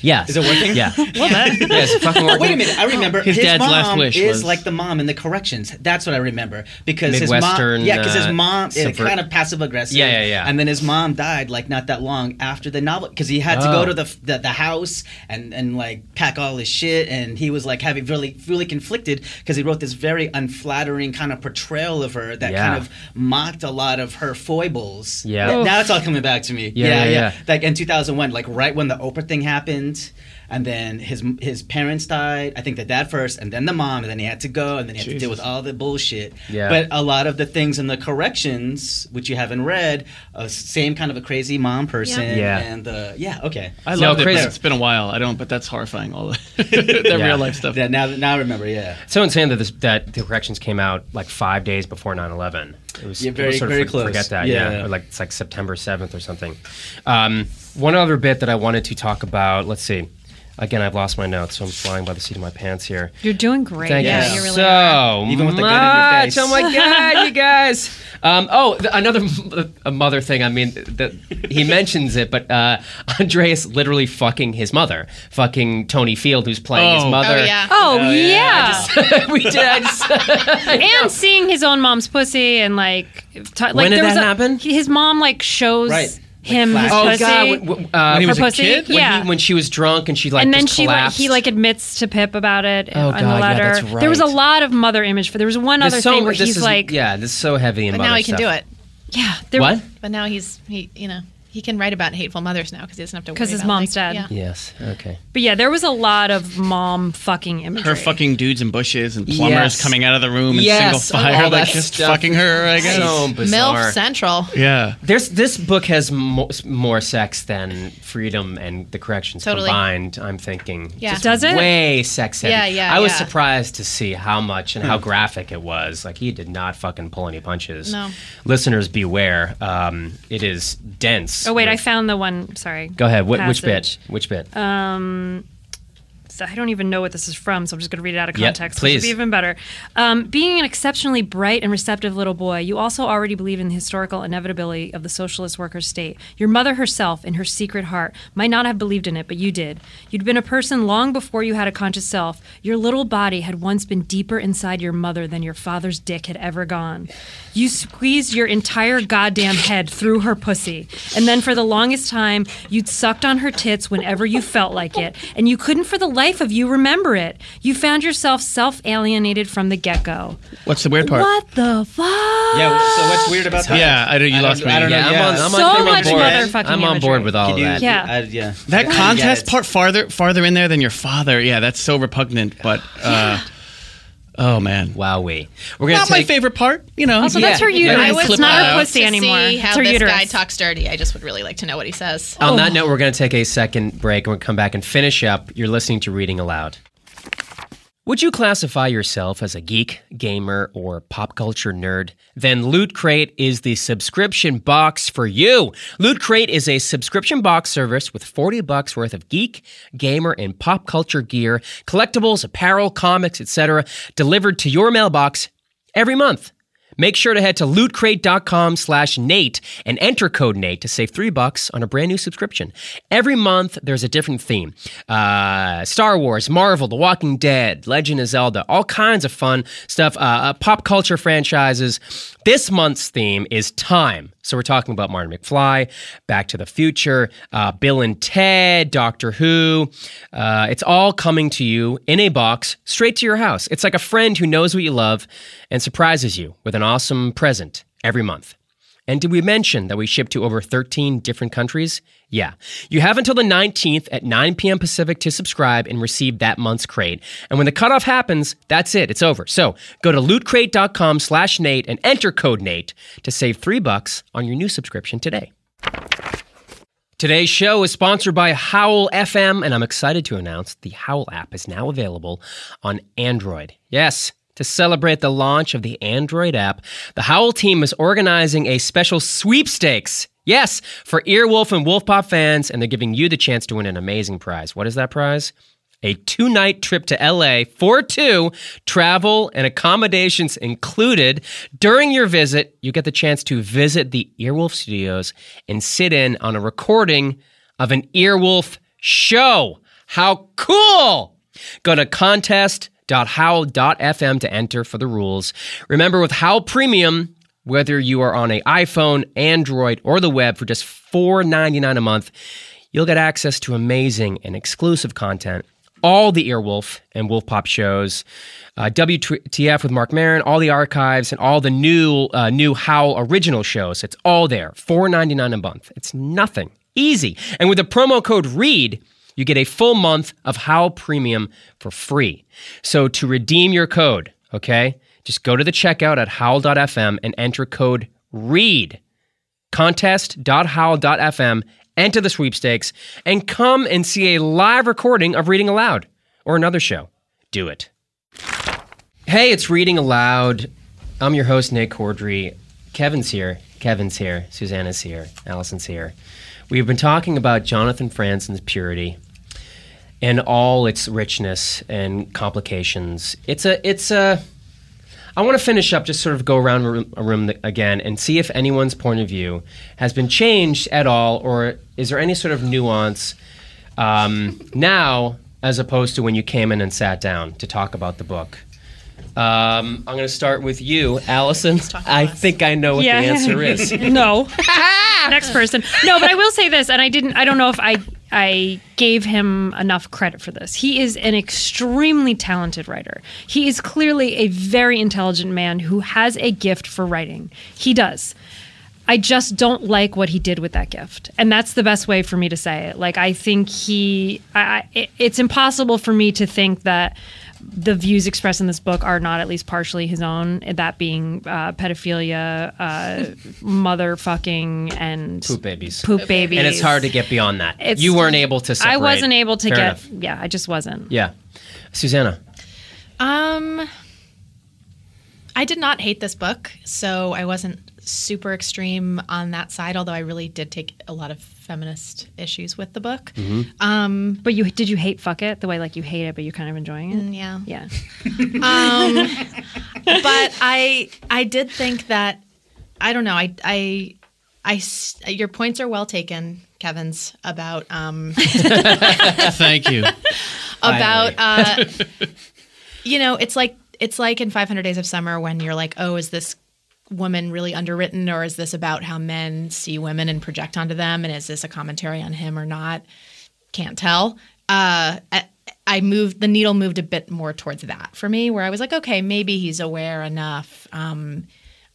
Speaker 1: Yes.
Speaker 2: Is it working?
Speaker 1: Yeah.
Speaker 5: Well, that-
Speaker 1: Yes, fucking working.
Speaker 2: wait a minute. I remember
Speaker 4: His
Speaker 2: his,
Speaker 4: dad's
Speaker 2: mom
Speaker 4: last wish
Speaker 2: is
Speaker 4: was-
Speaker 2: like the mom in the corrections. That's what I remember because his
Speaker 1: Midwestern,
Speaker 2: mom, yeah, because
Speaker 1: uh,
Speaker 2: his mom is
Speaker 1: subvert-
Speaker 2: kind of passive aggressive.
Speaker 1: Yeah, yeah, yeah.
Speaker 2: And then his mom died like not that long after the novel because he had to
Speaker 1: Oh.
Speaker 2: go to the, the the house and and like pack all his shit and he was like having really really conflicted because he wrote this very unflattering kind of portrayal of her that
Speaker 1: Yeah.
Speaker 2: kind of mocked a lot of her foibles.
Speaker 1: Yeah.
Speaker 2: Now- Now it's all coming back to me.
Speaker 1: Yeah, yeah, yeah.
Speaker 2: Like in 2001, like right when the Oprah thing happened, and then his his parents died. I think the dad first, and then the mom, and then he had to go, and then he had to deal with all the bullshit.
Speaker 1: Yeah.
Speaker 2: But a lot of the things in the corrections, which you haven't read, uh, same kind of a crazy mom person.
Speaker 1: Yeah.
Speaker 2: And the yeah, okay.
Speaker 4: I
Speaker 1: No,
Speaker 4: love it. but
Speaker 1: crazy.
Speaker 4: It's been a while. I don't, but that's horrifying. All the, that
Speaker 1: Yeah.
Speaker 4: real life stuff.
Speaker 2: Yeah, now now I remember. Yeah.
Speaker 1: so insane that, this, that the corrections came out like five days before 9-11. It was,
Speaker 2: Yeah,
Speaker 1: people
Speaker 2: very-
Speaker 1: sort of
Speaker 2: very
Speaker 1: for-
Speaker 2: close.
Speaker 1: Forget that, yeah.
Speaker 2: Yeah.
Speaker 1: Or, like it's like September seventh or something. Um, one other bit that I wanted to talk about. Let's see. Again, I've lost my notes, so I'm flying by the seat of my pants here.
Speaker 5: You're doing great.
Speaker 1: Thank
Speaker 2: Yeah,
Speaker 1: you
Speaker 2: you
Speaker 3: really
Speaker 1: so
Speaker 3: are.
Speaker 2: Even with the
Speaker 1: much.
Speaker 2: gun in your face.
Speaker 1: Oh my god, you guys! Um, oh, th- another m- a mother thing. I mean, the, he mentions it, but uh, Andreas literally fucking his mother, fucking Tony Field, who's playing his
Speaker 4: Oh.
Speaker 1: mother.
Speaker 3: Oh yeah.
Speaker 5: Oh, yeah,
Speaker 1: we did. I just,
Speaker 5: and seeing his own mom's pussy and like, t- like
Speaker 1: When did
Speaker 5: there was
Speaker 1: that
Speaker 5: a-
Speaker 1: happen?
Speaker 5: His mom like shows
Speaker 2: Right.
Speaker 5: him his
Speaker 1: Oh
Speaker 5: pussy.
Speaker 1: God! w- w- uh,
Speaker 4: When he
Speaker 5: Her
Speaker 4: was a
Speaker 5: pussy?
Speaker 4: kid?
Speaker 1: when,
Speaker 5: Yeah.
Speaker 1: he, when she was drunk and she like
Speaker 5: and then
Speaker 1: just
Speaker 5: she like
Speaker 1: collapsed.
Speaker 5: he like admits to Pip about it
Speaker 1: Oh,
Speaker 5: on
Speaker 1: God, yeah,
Speaker 5: the letter.
Speaker 1: that's
Speaker 5: There was a
Speaker 1: right.
Speaker 5: lot of mother image for. There was one
Speaker 1: This
Speaker 5: other
Speaker 1: so-
Speaker 5: thing where
Speaker 1: this
Speaker 5: he's
Speaker 1: is-
Speaker 5: like,
Speaker 1: yeah, this is so heavy in
Speaker 3: But Oh, now he can do it.
Speaker 5: yeah, there,
Speaker 4: What?
Speaker 3: But now he's he you know he can write about hateful mothers now because he doesn't have to.
Speaker 5: 'Cause
Speaker 3: worry
Speaker 5: his
Speaker 3: about,
Speaker 5: mom's
Speaker 3: like-
Speaker 5: dead.
Speaker 3: Yeah.
Speaker 1: Yes. Okay.
Speaker 5: But yeah, there was a lot of mom fucking imagery.
Speaker 4: Her fucking dudes and bushes and plumbers
Speaker 1: Yes.
Speaker 4: coming out of the room in
Speaker 1: Yes,
Speaker 4: single file,
Speaker 1: all that
Speaker 4: like just
Speaker 1: stuff.
Speaker 4: fucking her, I guess.
Speaker 1: So bizarre.
Speaker 3: MILF Central.
Speaker 4: Yeah.
Speaker 1: There's this book has mo- more sex than Freedom and the Corrections
Speaker 3: Totally.
Speaker 1: combined. I'm thinking,
Speaker 3: Yeah.
Speaker 1: Just
Speaker 5: Does it?
Speaker 1: way sex heavy.
Speaker 3: Yeah, yeah,
Speaker 1: I was
Speaker 3: yeah.
Speaker 1: surprised to see how much and how graphic it was. Like he did not fucking pull any punches.
Speaker 3: No.
Speaker 1: listeners beware. Um, it is dense.
Speaker 5: Oh wait, I
Speaker 1: with-
Speaker 5: found the one. Sorry.
Speaker 1: Go ahead. Wh- which bit?
Speaker 5: Passage.
Speaker 1: Which bit?
Speaker 5: So I don't even know what this is from, so I'm just going to read it out of
Speaker 1: Yeah,
Speaker 5: context. which would
Speaker 1: please.
Speaker 5: be even better. Um, being an exceptionally bright and receptive little boy, you also already believe in the historical inevitability of the socialist worker state. Your mother herself, in her secret heart, might not have believed in it, but you did. You'd been a person long before you had a conscious self. Your little body had once been deeper inside your mother than your father's dick had ever gone. You squeezed your entire goddamn head through her pussy, and then for the longest time, you'd sucked on her tits whenever you felt like it, and you couldn't for the life of you remember it. You found yourself self alienated from the get go.
Speaker 4: What's the weird part?
Speaker 5: What the fuck?
Speaker 2: Yeah. So what's weird about that?
Speaker 4: Yeah, I, don't- you
Speaker 2: I
Speaker 4: lost
Speaker 2: don't-
Speaker 4: me.
Speaker 2: I don't know.
Speaker 1: yeah,
Speaker 2: yeah.
Speaker 1: I'm on, I'm on,
Speaker 5: So
Speaker 1: I'm on
Speaker 5: much
Speaker 1: board.
Speaker 5: motherfucking
Speaker 1: I'm on board
Speaker 5: imagery.
Speaker 1: with all
Speaker 2: Could
Speaker 1: of
Speaker 2: you-
Speaker 1: that.
Speaker 5: Yeah.
Speaker 2: I- yeah.
Speaker 4: That contest
Speaker 2: it's-
Speaker 4: part farther farther in there than your father. Yeah, that's so repugnant. But uh, oh man,
Speaker 1: Wowee. We're gonna
Speaker 4: not my
Speaker 1: take.
Speaker 4: favorite part. You know,
Speaker 5: Also,
Speaker 1: Yeah.
Speaker 5: that's her
Speaker 1: Yeah,
Speaker 5: uterus.
Speaker 1: I
Speaker 3: would
Speaker 5: it's not
Speaker 3: love
Speaker 5: her pussy
Speaker 3: to
Speaker 5: anymore.
Speaker 3: See how
Speaker 5: it's her
Speaker 3: this
Speaker 5: uterus.
Speaker 3: guy talks dirty. I just would really like to know what he says.
Speaker 1: on that note, we're going to take a second break and we'll come back and finish up. You're listening to Reading Aloud. Would you classify yourself as a geek, gamer, or pop culture nerd? Then Loot Crate is the subscription box for you. Loot Crate is a subscription box service with 40 bucks worth of geek, gamer, and pop culture gear, collectibles, apparel, comics, etc., delivered to your mailbox every month. Make sure to head to lootcrate.com slash Nate and enter code Nate to save three bucks on a brand new subscription. Every month, there's a different theme. Uh, Star Wars, Marvel, The Walking Dead, Legend of Zelda, all kinds of fun stuff, uh, uh, pop culture franchises. This month's theme is time. So we're talking about Martin McFly, Back to the Future, uh, Bill and Ted, Doctor Who. Uh, it's all coming to you in a box straight to your house. It's like a friend who knows what you love and surprises you with an awesome present every month. And did we mention that we ship to over 13 different countries? Yeah. You have until the 19th at 9 p.m. Pacific to subscribe and receive that month's crate. And when the cutoff happens, that's it. It's over. So go to lootcrate.com slash Nate and enter code Nate to save three bucks on your new subscription today. Today's show is sponsored by Howl FM, and I'm excited to announce the Howl app is now available on Android. Yes, to celebrate the launch of the Android app, the Howl team is organizing a special sweepstakes. Yes, for Earwolf and Wolfpop fans, and they're giving you the chance to win an amazing prize. What is that prize? a two night trip to LA for two, travel and accommodations included. During your visit, you get the chance to visit the Earwolf Studios and sit in on a recording of an Earwolf show. How cool! Go to contest.howl.fm to enter for the rules. Remember, with Howl Premium, whether you are on a iPhone, Android, or the web for just $4.99 a month, you'll get access to amazing and exclusive content. All the Earwolf and Wolf Pop shows, uh, WTF with Mark Marin, all the archives, and all the new uh, new Howl original shows. It's all there, $4.99 a month. It's nothing, easy. And with the promo code READ, you get a full month of Howl Premium for free. So to redeem your code, okay, just go to the checkout at howl.fm and enter code READ contest.howl.fm, enter the sweepstakes, and come and see a live recording of Reading Aloud or another show. Do it. Hey, it's Reading Aloud. I'm your host, Nick Cordry. Kevin's here. Kevin's here. Susanna's here. Allison's here. We've been talking about Jonathan Franzen's purity and all its richness and complications. It's a, it's a, I want to finish up, just sort of go around room- a room th- again and see if anyone's point of view has been changed at all, or is there any sort of nuance um, now as opposed to when you came in and sat down to talk about the book? Um, I'm going to start with you, Allison.
Speaker 3: talk to
Speaker 1: I
Speaker 3: us.
Speaker 1: think I know what
Speaker 5: Yeah.
Speaker 1: the answer is.
Speaker 5: no. Next person. No, but I will say this, and I didn't. I don't know if I I gave him enough credit for this. He is an extremely talented writer. He is clearly a very intelligent man who has a gift for writing. He does. I just don't like what he did with that gift, and that's the best way for me to say it. Like I think he, I, I it- it's impossible for me to think that the views expressed in this book are not at least partially his own. That being uh, pedophilia, uh, motherfucking, and
Speaker 1: Poop babies.
Speaker 5: poop babies,
Speaker 1: And it's hard to get beyond that.
Speaker 5: It's-
Speaker 1: you weren't able to separate.
Speaker 5: I wasn't able to
Speaker 1: Fair
Speaker 5: get.
Speaker 1: enough.
Speaker 5: Yeah, I just wasn't.
Speaker 1: Yeah. Susanna.
Speaker 3: Um, I did not hate this book, so I wasn't super extreme on that side. Although I really did take a lot of feminist issues with the book. Um,
Speaker 5: But you did you hate fuck it the way like you hate it, but you're kind of enjoying it.
Speaker 3: yeah,
Speaker 5: Yeah,
Speaker 3: um, but I I did think that I don't know I I I s- your points are well taken, Kevin's about um
Speaker 4: Thank you.
Speaker 3: about uh you know it's like it's like in 500 Days of Summer when you're like oh is this woman really underwritten or is this about how men see women and project onto them and is this a commentary on him or not can't tell. Uh, I, I moved the needle moved a bit more towards that for me, where I was like, okay, maybe he's aware enough. Um,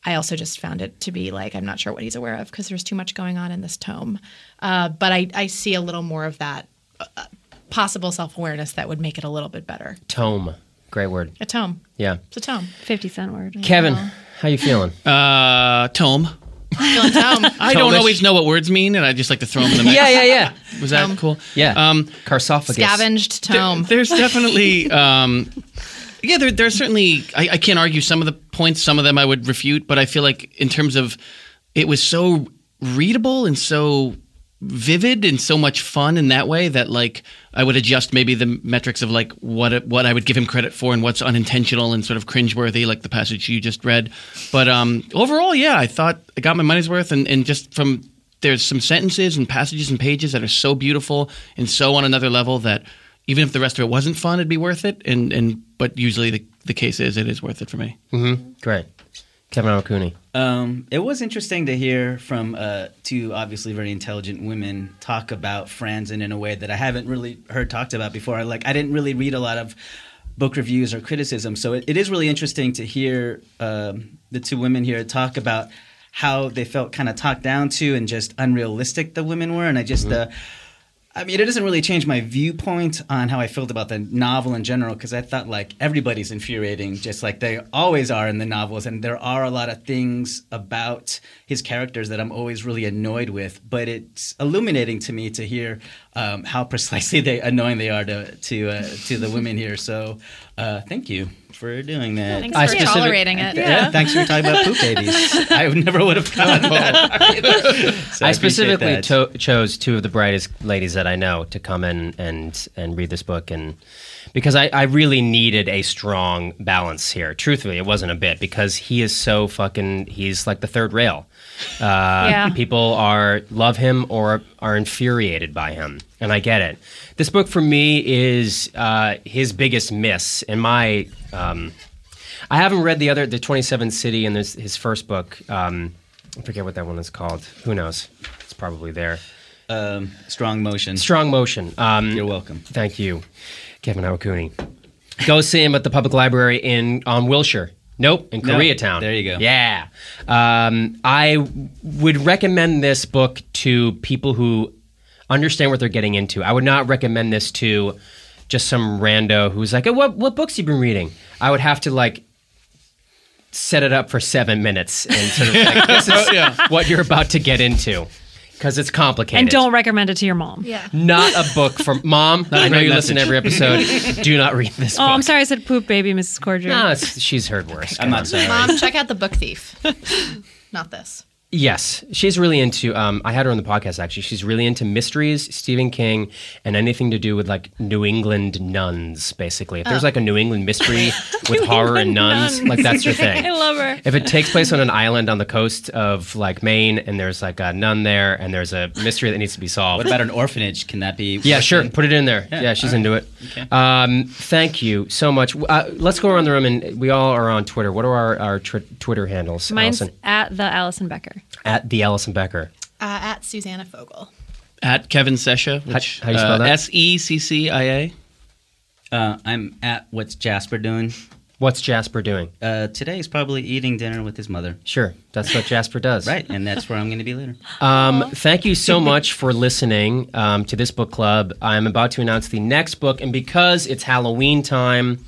Speaker 3: I also just found it to be like I'm not sure what he's aware of because there's too much going on in this tome. Uh, but I, I see a little more of that uh, uh, possible self awareness that would make it a little bit better.
Speaker 1: Tome. Great word.
Speaker 3: A tome.
Speaker 1: Yeah.
Speaker 3: It's a tome.
Speaker 5: fifty cent word.
Speaker 1: Kevin, how you feeling?
Speaker 4: Uh, tome.
Speaker 3: Feeling tome.
Speaker 4: I don't
Speaker 1: Tomish.
Speaker 4: always know what words mean, and I just like to throw them in the mix.
Speaker 1: yeah, yeah, yeah.
Speaker 4: Was that cool?
Speaker 1: Yeah.
Speaker 4: Um,
Speaker 1: Carsophagus.
Speaker 3: Scavenged
Speaker 4: There-
Speaker 3: tome.
Speaker 4: there's definitely, um, yeah, there, there's certainly. I, I can't argue some of the points. Some of them I would refute, but I feel like in terms of, it was so readable and so vivid and so much fun in that way that like I would adjust maybe the metrics of like what it- what I would give him credit for and what's unintentional and sort of cringeworthy like the passage you just read. But um overall yeah I thought I got my money's worth and, and just from there's some sentences and passages and pages that are so beautiful and so on another level that even if the rest of it wasn't fun, it'd be worth it. And and but usually the, the case is it is worth it for me.
Speaker 1: Great. Kevin O'Cooney.
Speaker 2: Um, it was interesting to hear from uh, two obviously very intelligent women talk about friends and in a way that I haven't really heard talked about before. Like I didn't really read a lot of book reviews or criticism, so it, it is really interesting to hear um, the two women here talk about how they felt kind of talked down to and just unrealistic the women were, and I just. Uh, I mean, it doesn't really change my viewpoint on how I felt about the novel in general because I thought like everybody's infuriating, just like they always are in the novels, and there are a lot of things about his characters that I'm always really annoyed with. But it's illuminating to me to hear um, how precisely they annoying they are to to uh, to the women here. So, uh, thank you for doing that.
Speaker 3: Thanks
Speaker 1: I
Speaker 3: for
Speaker 1: specific-
Speaker 3: tolerating it.
Speaker 2: Yeah, Thanks for talking about poop babies. I never would have gotten that. So
Speaker 1: I,
Speaker 2: appreciate
Speaker 1: specifically
Speaker 2: that.
Speaker 1: to- chose two of the brightest ladies that I know to come in and and read this book, and because I, I really needed a strong balance here. Truthfully, it wasn't a bit because he is so fucking. He's like the third rail. Uh,
Speaker 5: Yeah.
Speaker 1: People are love him or are infuriated by him, and I get it. This book for me is uh, his biggest miss, in my. Um, I haven't read the other, the Twenty Seven City, and this, his first book. Um, I forget what that one is called. Who knows? It's probably there.
Speaker 2: um, strong motion.
Speaker 1: Strong Motion. Um,
Speaker 2: You're welcome.
Speaker 1: Thank you, Kevin Awakuni. Go see him at the public library in on Wilshire. Nope, in
Speaker 2: No,
Speaker 1: Koreatown.
Speaker 2: there you go.
Speaker 1: Yeah, um, I would recommend this book to people who understand what they're getting into. I would not recommend this to just some rando who's like, "Oh, "What what books you been reading?" I would have to like set it up for seven minutes and sort of like, this is what you're about to get into because it's complicated
Speaker 5: And don't recommend it to your mom. Yeah.
Speaker 1: not a book for mom. I know
Speaker 4: great
Speaker 1: you
Speaker 4: message.
Speaker 1: listen to every episode. Do not read this.
Speaker 5: Oh,
Speaker 1: book.
Speaker 5: I'm sorry. I said poop baby, Mrs. Cordray.
Speaker 1: No, it's, she's heard worse.
Speaker 2: I'm not sorry.
Speaker 3: Mom, check out the book thief. Not this.
Speaker 1: Yes, she's really into. Um, I had her on the podcast actually. She's really into mysteries, Stephen King, and anything to do with like New England nuns. Basically, if
Speaker 5: Oh.
Speaker 1: there's like a New England mystery with horror and nuns, like that's her thing.
Speaker 5: I love her.
Speaker 1: If it takes place on an island on the coast of like Maine, and there's like a nun there, and there's a mystery that needs to be solved.
Speaker 2: What about an orphanage? Can that be?
Speaker 1: Yeah, sure. Put it in there. Yeah, she's into it. Um, thank you so much. Uh, let's go around the room, and we all are on Twitter. What are our, our tw- Twitter handles?
Speaker 5: Mine's
Speaker 1: Allison?
Speaker 5: at the Allison Becker.
Speaker 1: at the Allison Becker.
Speaker 3: Uh, at Susanna Fogel.
Speaker 4: At Kevin Sesha, which
Speaker 1: how you spell that?
Speaker 4: S E C C I A.
Speaker 2: Uh, I'm at what's Jasper doing?
Speaker 1: What's Jasper doing?
Speaker 2: Uh, today he's probably eating dinner with his mother.
Speaker 1: Sure, that's what Jasper does.
Speaker 2: Right, and that's where I'm going to be later.
Speaker 1: Um, thank you so much for listening um, to this book club. I'm about to announce the next book, and because it's Halloween time,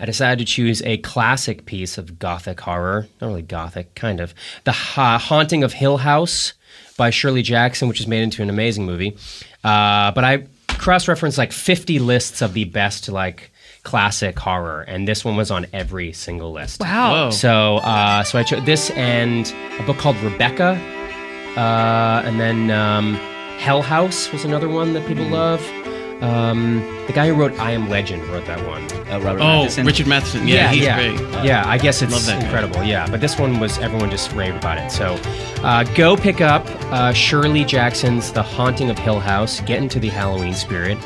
Speaker 1: I decided to choose a classic piece of gothic horror. Not really gothic, kind of. The ha- Haunting of Hill House by Shirley Jackson, which is made into an amazing movie. Uh, but I cross referenced like 50 lists of the best, like, classic horror, and this one was on every single list.
Speaker 5: Wow.
Speaker 4: Whoa.
Speaker 1: So, uh, so I chose this and a book called Rebecca, uh, and then um, Hell House was another one that people love. Um, the guy who wrote I Am Legend wrote that one.
Speaker 2: Uh, Robert
Speaker 4: Oh,
Speaker 2: Matheson.
Speaker 4: Richard Matheson. Yeah, he's
Speaker 1: yeah,
Speaker 4: great.
Speaker 1: yeah. I guess it's
Speaker 4: Love that guy.
Speaker 1: incredible. Yeah, but this one was everyone just raved about it. So, uh, go pick up uh, Shirley Jackson's The Haunting of Hill House. Get into the Halloween spirit,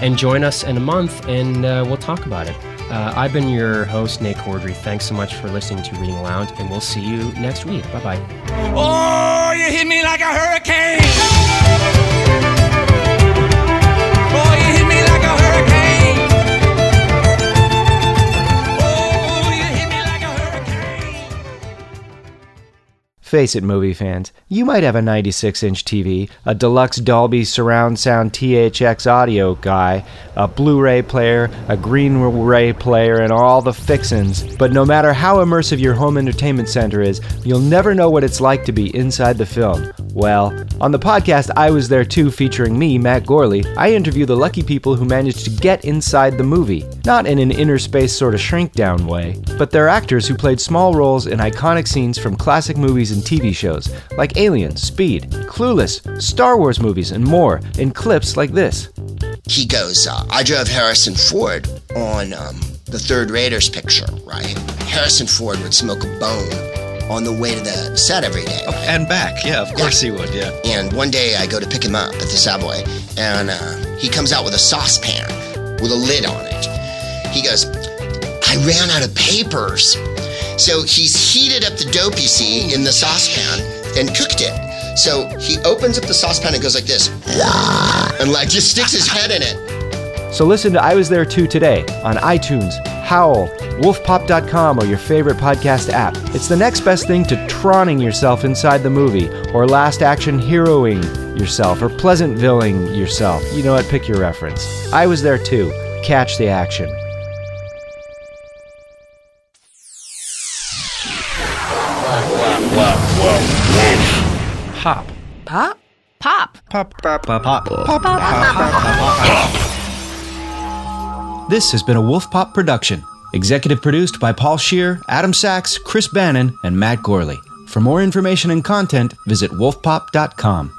Speaker 1: and join us in a month, and uh, we'll talk about it. Uh, I've been your host, Nate Cordry. Thanks so much for listening to Reading Aloud, and we'll see you next week. Bye bye.
Speaker 6: Oh, you hit me like a hurricane. Oh, you hit me like a hurricane. Oh, you hit me like a hurricane.
Speaker 7: Face it, movie fans, you might have a 96 inch TV, a deluxe Dolby surround sound THX audio guy, a Blu ray player, a green ray player, and all the fixins, but no matter how immersive your home entertainment center is, you'll never know what it's like to be inside the film. Well, on the podcast I Was There Too, featuring me, Matt Gorley, I interview the lucky people who managed to get inside the movie. Not in an inner space sort of shrink down way, but they're actors who played small roles in iconic scenes from classic movies and TV shows, like Alien, Speed, Clueless, Star Wars movies, and more, in clips like this.
Speaker 8: he goes, uh, I drove Harrison Ford on um, the Third Raiders picture, right? Harrison Ford would smoke a bone on the way to the set every day. right?
Speaker 9: And back, yeah, of course he would, yeah.
Speaker 8: And one day I go to pick him up at the subway, and uh, he comes out with a saucepan with a lid on it. He goes, I ran out of papers. So he's heated up the dope you see in the saucepan and cooked it. So he opens up the saucepan and goes like this, and like just sticks his head in it.
Speaker 7: So listen to I Was There Too today on iTunes, Howl, wolfpop.com, or your favorite podcast app. It's the next best thing to troning yourself inside the movie, or last action heroing yourself, or pleasantvilling yourself. You know what? Pick your reference. I Was There Too. Catch the action.
Speaker 1: Pop.
Speaker 5: Pop. Pop.
Speaker 9: This has been a Wolf Pop production, executive produced by Paul Shear, Adam Sachs, Chris Bannon, and Matt Gorley. For more information and content, visit wolfpop.com.